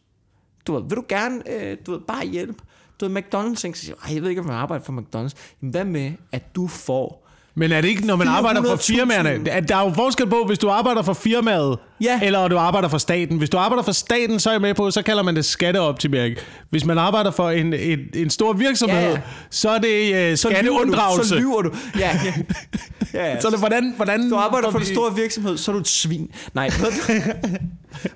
Du ved, vil du gerne øh, du ved, bare hjælpe? Du ved, McDonald's tænker sig, "Ej, jeg ved ikke, om jeg arbejder for McDonald's. Jamen, hvad med, at du får
Men er det ikke, når man arbejder for
400.000?
firmaerne? At der er jo forskel på, hvis du arbejder for firmaet,
Ja.
eller du arbejder for staten. Hvis du arbejder for staten, så er jeg med på, så kalder man det skatteoptimering. Hvis man arbejder for en, en, en stor virksomhed,
Ja,
ja,
ja.
ja. så er det øh,
Så lyver du.
skatteunddragelse.
Så lyver du. Ja, ja. ja, ja.
så er det, hvordan, hvordan
du arbejder
får
for en
vi-
stor virksomhed, så er du et svin. Nej.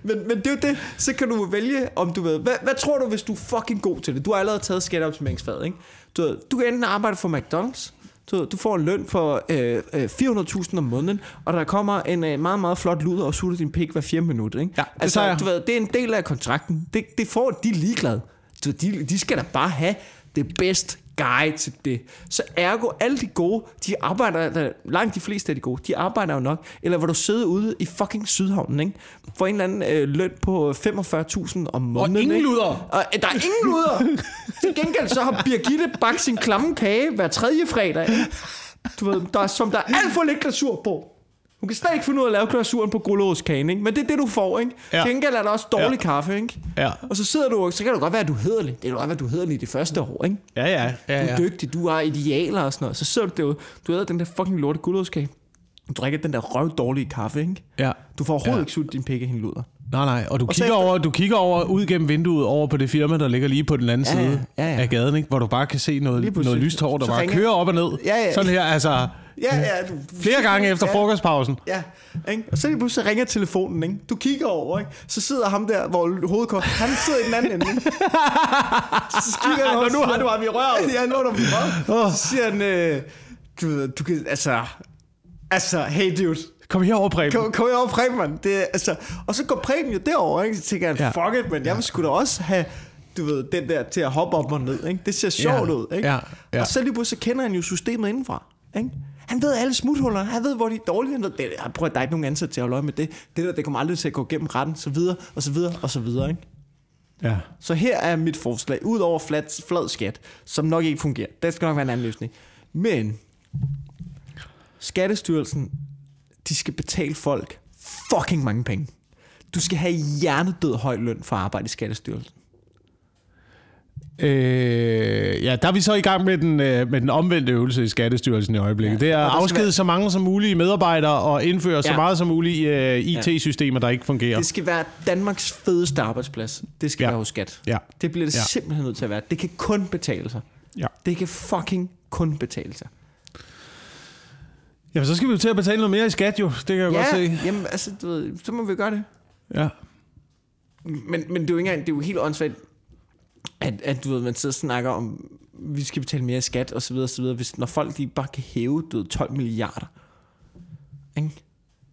men, men det er jo det. Så kan du vælge, om du ved... Hvad, hvad tror du, hvis du er fucking god til det? Du har allerede taget skatteoptimeringsfaget, ikke? Du, ved, du kan enten arbejde for McDonald's, du, ved, du får en løn for øh, øh, 400.000 om måneden, og der kommer en øh, meget, meget flot luder og sutter din pik hver 4 minutter, ikke? Altså,
Ja, det tager jeg.
du ved, det er en del af kontrakten. Det, det får de er ligeglade. Du ved, De, de skal da bare have det bedst guy til det. Så ergo, alle de gode, de arbejder, eller langt de fleste af de gode, de arbejder jo nok. Eller hvor du sidder ude i fucking Sydhavnen, ikke? For en eller anden øh, løn på 45.000 om måneden,
ingen
ikke?
luder.
Og øh, der er ingen luder! til gengæld så har Birgitte bagt sin klamme kage hver tredje fredag, ikke? Du ved, der, er- som der er alt for lidt glasur på. Hun kan slet ikke finde ud af at lave glasuren på gulerodskagen, ikke? Men det er det, du får, ikke?
Ja.
Ja. Til gengæld er der også dårlig ja. kaffe, ikke?
Ja.
Og så sidder du, og så kan du godt være, at du er hederlig. Det kan godt være, at du er hederlig i det første år, ikke?
Ja, ja. ja,
Du
ja.
er dygtig, du har idealer og sådan noget. Så sidder du derude, du æder den der fucking lorte gulerodskage. Du drikker den der røvdårlige kaffe, ikke?
Ja.
Du får overhovedet
Ja.
ja. ikke sult din pikke, hende luder.
Nej, nej. Og du
så
kigger,
efter-
over, du kigger over ud gennem vinduet over på det firma, der ligger lige på den anden
Ja, ja,
side
ja, ja.
af gaden, ikke? hvor du bare kan se noget,
pludselig.
noget lyst hår, der
Så
bare
ringer-
kører op og ned.
Ja, ja.
Sådan her, altså
Ja, ja. Du, du
flere gange efter
ja.
frokostpausen.
Ja, ikke? og så lige pludselig ringer telefonen, ikke? du kigger over, ikke? så sidder ham der, hvor hovedkort, han sidder i den anden ende. Ikke? Så kigger han også, nu har du ham i røret. ja, nu har du ham i røret. Så siger han, øh, du, ved, du kan, altså, altså, hey dude,
Kom herover, Preben.
kom, kom over Preben, mand. Det, er- altså, og så går Preben jo derover, ikke? så tænker han,
Ja.
ja. fuck it, men jeg skulle da også have du ved, den der til at hoppe op og ned. Ikke? Det ser sjovt
Ja.
ud. Ikke?
Ja. Ja.
Og så lige pludselig så kender han jo systemet indenfra. Ikke? Han ved alle smuthullerne. Han ved, hvor de er dårlige. Han ved, det, jeg prøver, der er ikke nogen ansat til at holde øje med det. Det der, det kommer aldrig til at gå gennem retten. Så videre, og så videre, og så videre. Ikke?
Ja.
Så her er mit forslag, ud over flat, flad skat, som nok ikke fungerer. Det skal nok være en anden løsning. Men Skattestyrelsen, de skal betale folk fucking mange penge. Du skal have hjernedød høj løn for at arbejde i Skattestyrelsen.
Øh, ja, der er vi så i gang med den, øh, med den omvendte øvelse i Skattestyrelsen i øjeblikket. Ja, det er
og der
at
skal
afskede
være-
så mange som mulige medarbejdere og indføre ja. så
Ja.
meget som muligt øh, IT-systemer, der ikke fungerer.
Det skal være Danmarks fedeste arbejdsplads. Det skal
Ja.
ja. være hos skat.
Ja.
Det bliver det
Ja.
ja. simpelthen nødt til at være. Det kan kun betale sig.
Ja.
Det kan fucking kun betale sig.
Jamen, så skal vi jo til at betale noget mere i skat, jo. Det kan jeg godt se.
jamen, altså, du ved, så må vi gøre det.
Ja.
Men, men det, er jo ikke engang, det er jo helt åndssvagt, at, at du ved, man sidder og snakker om, vi skal betale mere i skat og så videre, og så videre, hvis, når folk de bare kan hæve du ved, 12 milliarder. Ikke?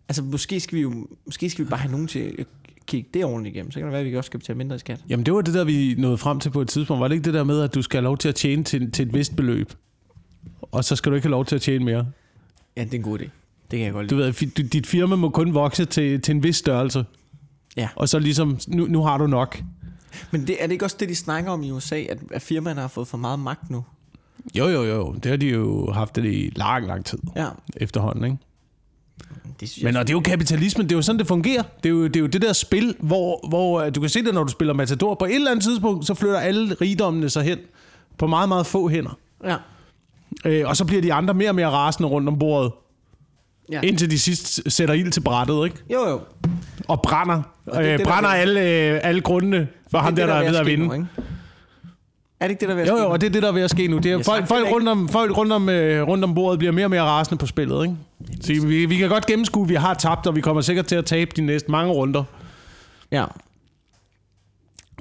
Altså, måske skal vi jo måske skal vi bare have nogen til at kigge det ordentligt igennem. Så kan det være, at vi også skal betale mindre i skat.
Jamen, det var det der, vi nåede frem til på et tidspunkt. Var det ikke det der med, at du skal have lov til at tjene til, til et vist beløb? Og så skal du ikke have lov til at tjene mere.
Ja, det er en god idé. Det kan jeg godt
Du
lide.
ved, fi- dit firma må kun vokse til, til en vis størrelse.
Ja.
Og så ligesom, nu, nu har du nok.
Men det, er det ikke også det, de snakker om i USA, at, at firmaerne har fået for meget magt nu?
Jo, jo, jo. Det har de jo haft det i lang, lang tid
Ja,
efterhånden, ikke?
det synes
Men
jeg.
og det er jo kapitalismen, det er jo sådan, det fungerer. Det er jo det, er jo det der spil, hvor, hvor øh, du kan se det, når du spiller Matador. På et eller andet tidspunkt, så flytter alle rigdommene sig hen på meget, meget få hænder.
Ja.
Øh, og så bliver de andre mere og mere rasende rundt om bordet.
Ja.
Indtil de sidst sætter ild til brættet, ikke?
Jo, jo.
Og brænder. Og
det er
øh,
det, der
brænder
er ved-
alle, øh, alle grundene for ham
Det
der,
er
der er
ved
ved at
ske
vinde.
nu, ikke? Er det ikke det, der er ved at
Jo,
ske
jo,
nu?
og det er det, der er ved at ske nu. Det er,
Jeg
folk,
sagde
folk,
det
rundt om, folk rundt om, øh, rundt om bordet bliver mere og mere rasende på spillet, ikke? Så vi, vi kan godt gennemskue, at vi har tabt, og vi kommer sikkert til at tabe de næste mange runder.
Ja.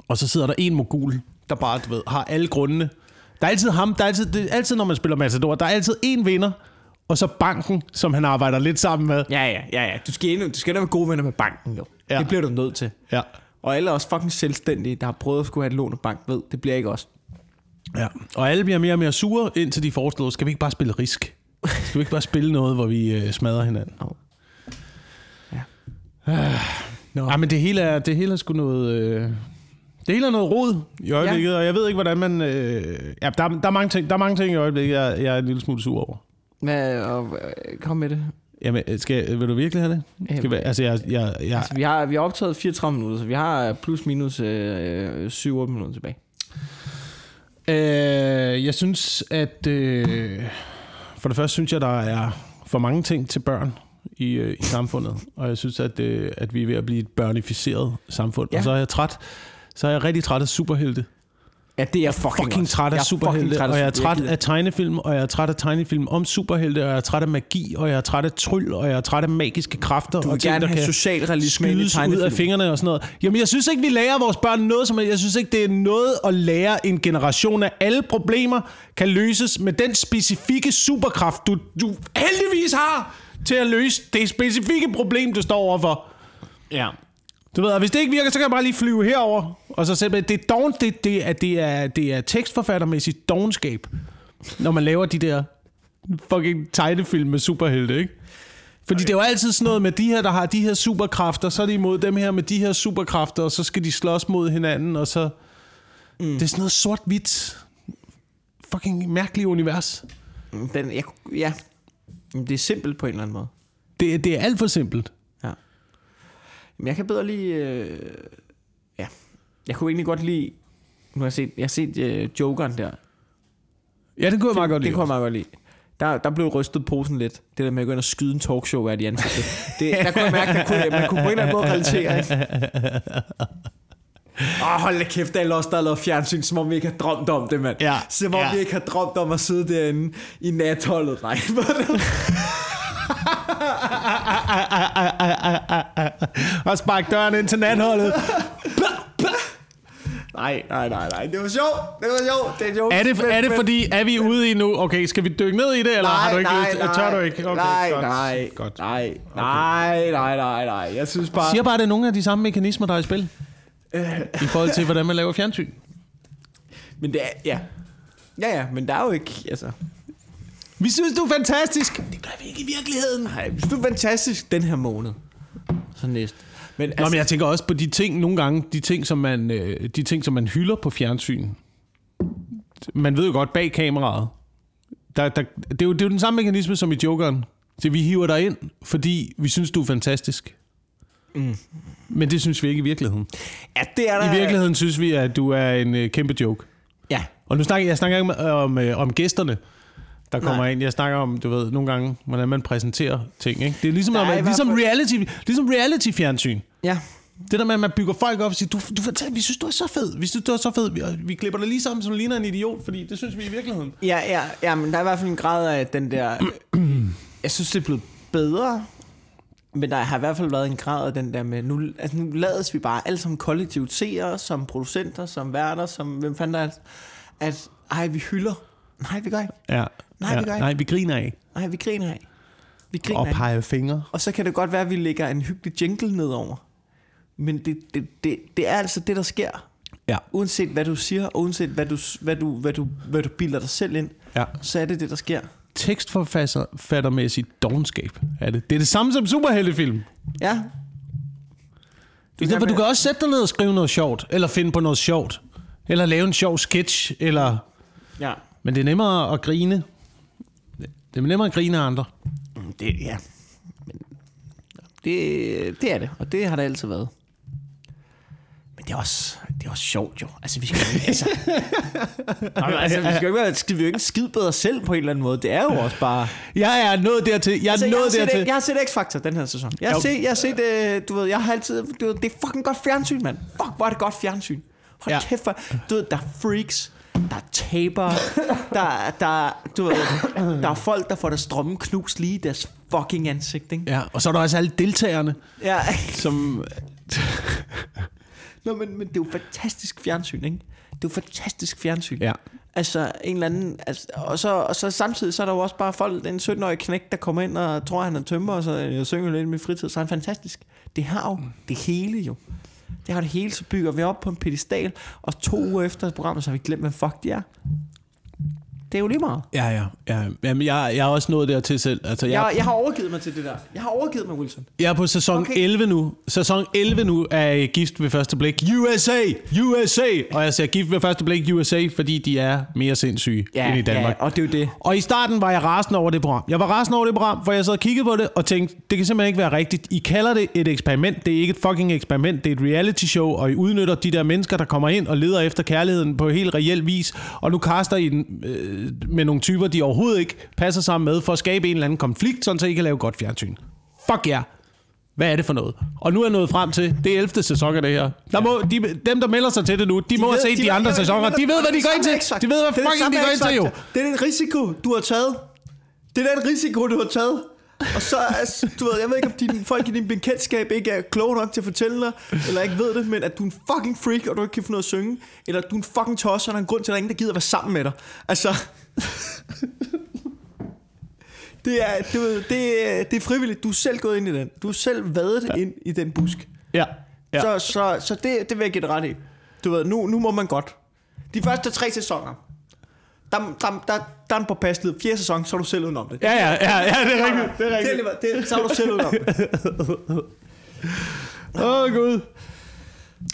Og så sidder der en mogul, der bare, du ved, har alle grundene. Der er altid ham, der er altid, det er altid når man spiller Matador, der er altid en vinder, og så banken, som han arbejder lidt sammen med.
Ja, ja, ja, ja. Du skal endnu, du skal endnu være gode venner med banken, jo.
Ja.
Ja. Det bliver du nødt til.
Ja.
Og alle os fucking selvstændige, der har prøvet at skulle have et lån af bank, ved, det bliver ikke os.
ja. Og alle bliver mere og mere sure, indtil de foreslår, skal vi ikke bare spille risk? Skal vi ikke bare spille noget, hvor vi øh, smadrer hinanden?
Jo.
Ja.
Ja.
Øh, ja, men det hele er, det hele er sgu noget... Øh, det hele er noget rod i øjeblikket, ja. og jeg ved ikke, hvordan man... Øh, ja, der, er- der, er mange ting, der er mange ting i øjeblikket, jeg, jeg er en lille smule sur over.
Hvad, og, øh, kom med det.
Jamen, øh, skal, vil du virkelig have det? Skal vi, altså, jeg, jeg, jeg,
Altså, vi, har, vi har optaget 34 minutter, så vi har plus minus øh, 7-8 minutter tilbage.
øh, jeg synes, at øh, For det første synes jeg, der er for mange ting til børn i, øh, i samfundet, og jeg synes, at, øh, at vi er ved at blive et børnificeret samfund. Ja.
Ja.
Og så er jeg træt. Så er jeg rigtig træt af superhelte.
Ja, det er jeg fucking,
fucking
også. Jeg
træt af
er fucking
superhelte,
træt af
og jeg er
superhelte.
træt af tegnefilm, og jeg er træt af tegnefilm om superhelte, og jeg er træt af magi, og jeg er træt af tryl, og jeg er træt af magiske kræfter,
Du
og
vil
ting,
gerne
der
have
kan
socialrealisme ind i
skydes ud af
tegnefilm.
fingrene og sådan noget. Jamen, jeg synes ikke, vi lærer vores børn noget som helst. Jeg synes ikke, det er noget at lære en generation, at alle problemer kan løses med den specifikke superkraft, du, du heldigvis har til at løse det specifikke problem, du står overfor.
Ja.
Du ved, og hvis det ikke virker, så kan jeg bare lige flyve herover. Og så simpelthen, det er, dogen, det, det, er, det, er, det er tekstforfattermæssigt dogenskab, når man laver de der fucking tegnefilm med superhelte, ikke? Fordi det er jo altid sådan noget med de her, der har de her superkræfter, så er de imod dem her med de her superkræfter, og så skal de slås mod hinanden, og så... Mm. Det er sådan noget sort-hvidt, fucking mærkeligt univers.
Mm, Den, jeg, ja. Men Det er simpelt på en eller anden måde.
Det, er- det er alt for simpelt.
Ja. Men jeg kan bedre lide... Øh, ja. Jeg kunne egentlig godt lide... Nu har jeg set, jeg har set øh, Jokeren der.
Ja, det kunne jeg meget godt lide.
Det kunne jeg meget godt lide. Der, der blev rystet posen lidt. Det der med at gå ind og skyde en talkshow er i ansigtet. Det, der kunne jeg mærke, at kunne, man kunne på en eller anden måde relatere. ikke? Åh, oh, hold da kæft, alle os, der har lavet fjernsyn, som om vi ikke har drømt om det, mand.
Ja,
Som om
ja.
vi ikke har drømt om at sidde derinde i natholdet. Nej, hvor er det-
og spark døren ind til natholdet.
nej, nej, nej, nej. Det var sjovt. Det var sjovt. Det er sjovt.
Er det,
Men-
er det
men-
fordi, er vi ude i nu? Okay, skal vi dykke ned i det, eller har du ikke lyst? Tør du ikke? Okay,
nej,
godt.
nej,
Godt.
nej, nej, nej, nej, nej. Jeg synes bare...
Siger bare, at det er nogle af de samme mekanismer, der er i spil. I forhold til, hvordan man laver fjernsyn.
Men det er... Ja. Ja, ja, men der er jo ikke... Altså,
Vi synes, du er fantastisk. Det gør vi ikke i virkeligheden.
nej, jeg synes, det er fantastisk den her måned. Så næst. Men altså,
Nå, men jeg tænker også på de ting nogle gange, de ting, som man, øh, de ting, som man hylder på fjernsyn. Man ved jo godt, bag kameraet, der, der, det, er jo, det er jo den samme mekanisme som i Jokeren. Så vi hiver dig ind, fordi vi synes, du er fantastisk. Mm. Øh. Men det synes vi ikke i virkeligheden.
ja, det er der...
I virkeligheden synes vi, at du er en øh, kæmpe joke.
Ja.
Og nu snakker jeg snakker ikke om, om, øh, om gæsterne, der kommer Nej. ind. Jeg snakker om, du ved, nogle gange, hvordan man præsenterer ting. Ikke? Det er ligesom,
Nej,
Nej,
i
man,
hvert
ligesom,
fald-
reality, ligesom reality-fjernsyn.
Ja.
Det der med, at man bygger folk op og siger, du, du fortæl, vi synes, du er så fed. Vi synes, du er så fed. Vi, og vi klipper dig lige sammen, som ligner en idiot, fordi det synes vi i virkeligheden.
Ja, ja, ja, men der er i hvert fald en grad af den der... jeg synes, det er blevet bedre, men der har i hvert fald været en grad af den der med, nu, altså, nu lades vi bare alle som kollektivt seere, som producenter, som værter, som hvem fanden der er, at ej, vi hylder. Nej, vi gør ikke.
Ja.
Nej, vi gør ikke.
Nej, vi griner af.
Nej, vi griner af. Vi griner
Og
af.
peger fingre.
Og så kan det godt være, at vi lægger en hyggelig jingle nedover. Men det, det, det, det er altså det, der sker.
Ja.
Uanset hvad du siger, og uanset hvad du, hvad, du, hvad, du, hvad du bilder dig selv ind,
ja.
så er det det, der sker.
Tekstforfattermæssigt dogenskab er det. Det er det samme som superheltefilm.
Ja,
Du, kan, du kan også sætte dig ned og skrive noget sjovt, eller finde på noget sjovt, eller lave en sjov sketch, eller...
ja.
Men det er nemmere at grine. Det er nemmere at grine af andre.
Mm, Det, ja. Men, det, det er det, og det har det altid været. Men det er også, det er også sjovt jo. Altså, vi skal jo ikke, altså, Jamen, altså, vi skal jo ikke, være- skal vi jo ikke skide bedre selv på en eller anden måde. Det er jo også bare...
Jeg er nået dertil. Jeg er
Altså,
altså,
jeg, har
nået
set,
dertil.
jeg har set X-Factor den her sæson. Jeg har
Jo.
set, jeg har set øh, du ved, jeg har altid, du ved, det er fucking godt fjernsyn, mand. Fuck, hvor er det godt fjernsyn. Hold
Ja.
ja. kæft, for, du ved, der er freaks, der er tabere, der, der, du ved, der er folk, der får deres drømme knust lige i deres fucking ansigt, ikke?
Ja, og så er der også alle deltagerne,
Ja.
som...
Nå, men, men det er jo fantastisk fjernsyn, ikke? Det er jo fantastisk fjernsyn.
Ja.
Altså en eller anden altså, og, så, og så samtidig så er der jo også bare folk En 17-årig knæk der kommer ind og tror han er tømmer Og så øh, jeg synger lidt i min fritid Så er han fantastisk Det har jo
Mm.
det hele jo Det har det hele Så bygger vi op på en pedestal Og to uger efter programmet Så har vi glemt hvem fuck de er Det er jo lige meget
Ja, ja. ja. Jamen, jeg, jeg er også nået dertil selv. Altså, jeg,
jeg, jeg har overgivet mig til det der Jeg har overgivet mig Wilson
jeg er på sæson okay.
Okay.
11 nu. Sæson 11 nu er øh, gift ved første blik. USA! USA! Og jeg siger gift ved første blik USA, fordi de er mere sindssyge ja, end i Danmark.
ja, Og det er jo det
Og i starten var jeg rasende over det program. Jeg var rasende over det program, for jeg sad og kiggede på det og tænkte, det kan simpelthen ikke være rigtigt. I kalder det et eksperiment. Det er ikke et fucking eksperiment. Det er et reality show, og I udnytter de der mennesker, der kommer ind og leder efter kærligheden på helt reel vis. Og nu kaster I den, øh, øh, med nogle typer, de overhovedet ikke passer sammen med, for at skabe en eller anden konflikt, sådan så I kan lave godt fjernsyn. Fuck jer. Yeah. Hvad er det for noget? Og nu er jeg nået frem til, det er 11. sæson af det her. Der må, de, dem, der melder sig til det nu, de, må
ved-
have set de,
ved-
andre
ved-
sæsoner. De ved, hvad de går ind
Det er det
til.
samme
De ved, hvad
X-Factor. Det er det
fucking de
samme
går ind til, jo.
X-Factor. Det er den risiko, du har taget. Det er den risiko, du har taget. Og så, altså, du ved, jeg ved ikke, om dine, folk i din bekendtskab ikke er kloge nok til at fortælle dig, eller ikke ved det, men at du er en fucking freak, og du ikke kan finde noget at synge, eller at du er en fucking tosser, og der er en grund til, at der er ingen, der gider at være sammen med dig. Altså... Det er, du ved, det, er- det er frivilligt. Du er selv gået ind i den. Du er selv vadet ja. ind i den busk.
Ja.
Ja. Så, så, så det, det vil jeg give dig ret i. Du ved, nu, nu må man godt. De første tre sæsoner, der, der, der, der er en påpasselighed. Fjerde sæson, så er du selv udenom det.
Ja, ja, ja, ja, det er rigtigt. Det er rigtigt.
Det, er- det, så er du selv udenom det.
Åh, oh, Gud.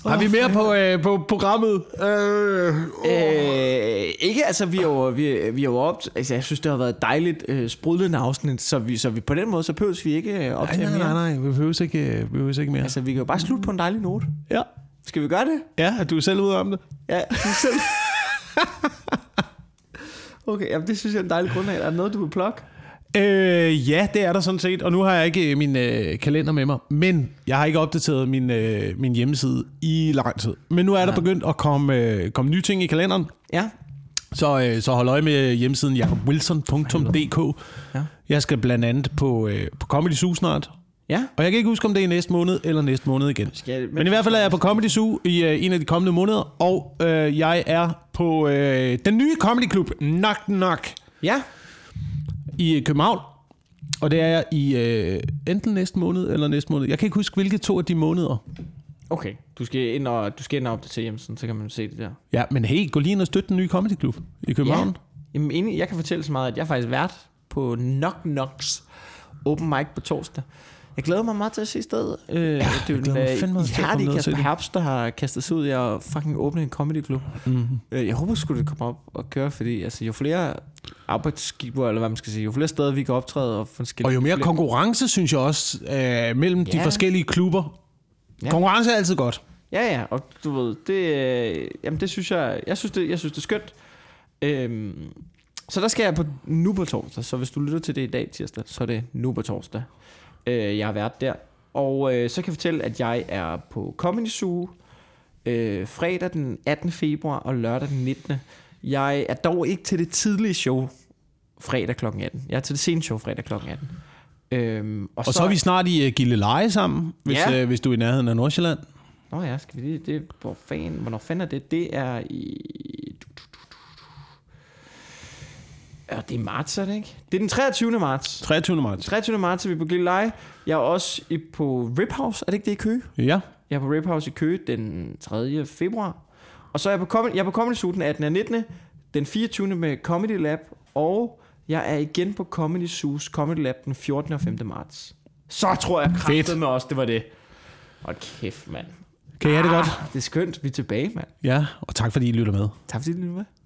Har vi mere på, øh, på programmet? Øh,
Øh, ikke, altså vi er jo, vi, er- vi er jo op, altså jeg synes, det har været et dejligt øh, sprudlende afsnit, så vi, så vi på den måde, så behøves vi ikke øh,
nej,
optage
nej, nej,
mere.
nej, vi behøver ikke, øh, vi behøver ikke mere.
Altså vi kan jo bare slutte på en dejlig note.
Ja.
Skal vi gøre det?
ja, du er selv ude om det.
Ja, du selv. okay, jamen, det synes jeg er en dejlig grund af. Er der noget, du vil plukke?
Øh, ja, det er der sådan set, og nu har jeg ikke øh, min øh, kalender med mig, men jeg har ikke opdateret min, øh, min hjemmeside i lang tid. Men nu er der begyndt at komme, øh, komme nye ting i kalenderen,
Ja.
så, øh, så hold øje med hjemmesiden jacobwilson.dk.
Ja.
Jeg skal blandt andet på, øh, på Comedy Zoo snart,
Ja.
Og jeg kan ikke huske, om det er næste måned eller næste måned igen.
Skal-
men,
men-
men i hvert fald er jeg på Comedy Zoo i øh, en af de kommende måneder, og øh, jeg er på øh, den nye Comedy Club, Knock Knock,
Ja.
i øh, København. Og det er jeg i øh, enten næste måned eller næste måned. Jeg kan ikke huske, hvilke to af de måneder.
Okay, du skal ind og, du skal ind og opdatere hjemmesiden, så kan man se det der.
Ja, men hey, gå lige ind og støt den nye Comedy Club i København.
Jamen, egentlig, jeg kan fortælle så meget, at jeg er faktisk vært på Knock Knocks Open Mic på torsdag. Jeg glæder mig meget til at se stedet. Øh, ja, det er jo
jeg glæder mig fandme
den
også til at komme
hærdige
ned og se
Kasper
det.
Herbst, der har kastet sig ud i at fucking åbne en comedyklub.
Mhm.
Mm-hmm. Jeg håber skulle det komme op og køre, fordi altså, jo flere arbejdsgiver, eller hvad man skal sige, jo flere steder, vi kan optræde og forskellige...
Og jo mere
flere-
konkurrence, synes jeg også, øh, mellem ja. de
Ja.
forskellige klubber. Ja.
Ja.
Konkurrence er altid godt.
Ja, ja, og du ved, det, øh, jamen det synes jeg, jeg synes det, jeg synes det er skønt. Øhm, så der skal jeg på nu på torsdag, så hvis du lytter til det i dag tirsdag, så er det nu på torsdag. Øh, jeg har været der, og øh, så kan jeg fortælle, at jeg er på Comedy Zoo øh, fredag den 18. februar og lørdag den 19. Jeg er dog ikke til det tidlige show fredag kl. 18. Jeg er til det sene show fredag kl. 18. Øhm, og,
Og så, så er vi snart i uh, Gilleleje sammen, hvis, ja.
Ja.
øh, hvis du er i nærheden af Nordsjælland.
Nå ja, skal vi lige... Det, hvor fanden, hvornår fanden er det? Det er i... Ja, det er i marts, er det ikke? Det er den 23. marts.
23. marts.
23. marts er vi på Gilleleje. Jeg er også i, på Rip House. Er det ikke det i Køge?
Ja.
Jeg er på Rip House i Køge den 3. februar. Og så er jeg på, Com- jeg er på Comedy Zoo den 18. og 19. Den 24. med Comedy Lab. Og jeg er igen på Comedy Zoo's Comedy Lab den 14. og 5. marts. Så tror jeg kraftet med os, det var det. Hold kæft, mand.
Kan I have det godt?
Det Ah, er skønt. Vi er tilbage, mand.
Ja, og tak fordi I lytter med.
Tak fordi du lyttede med.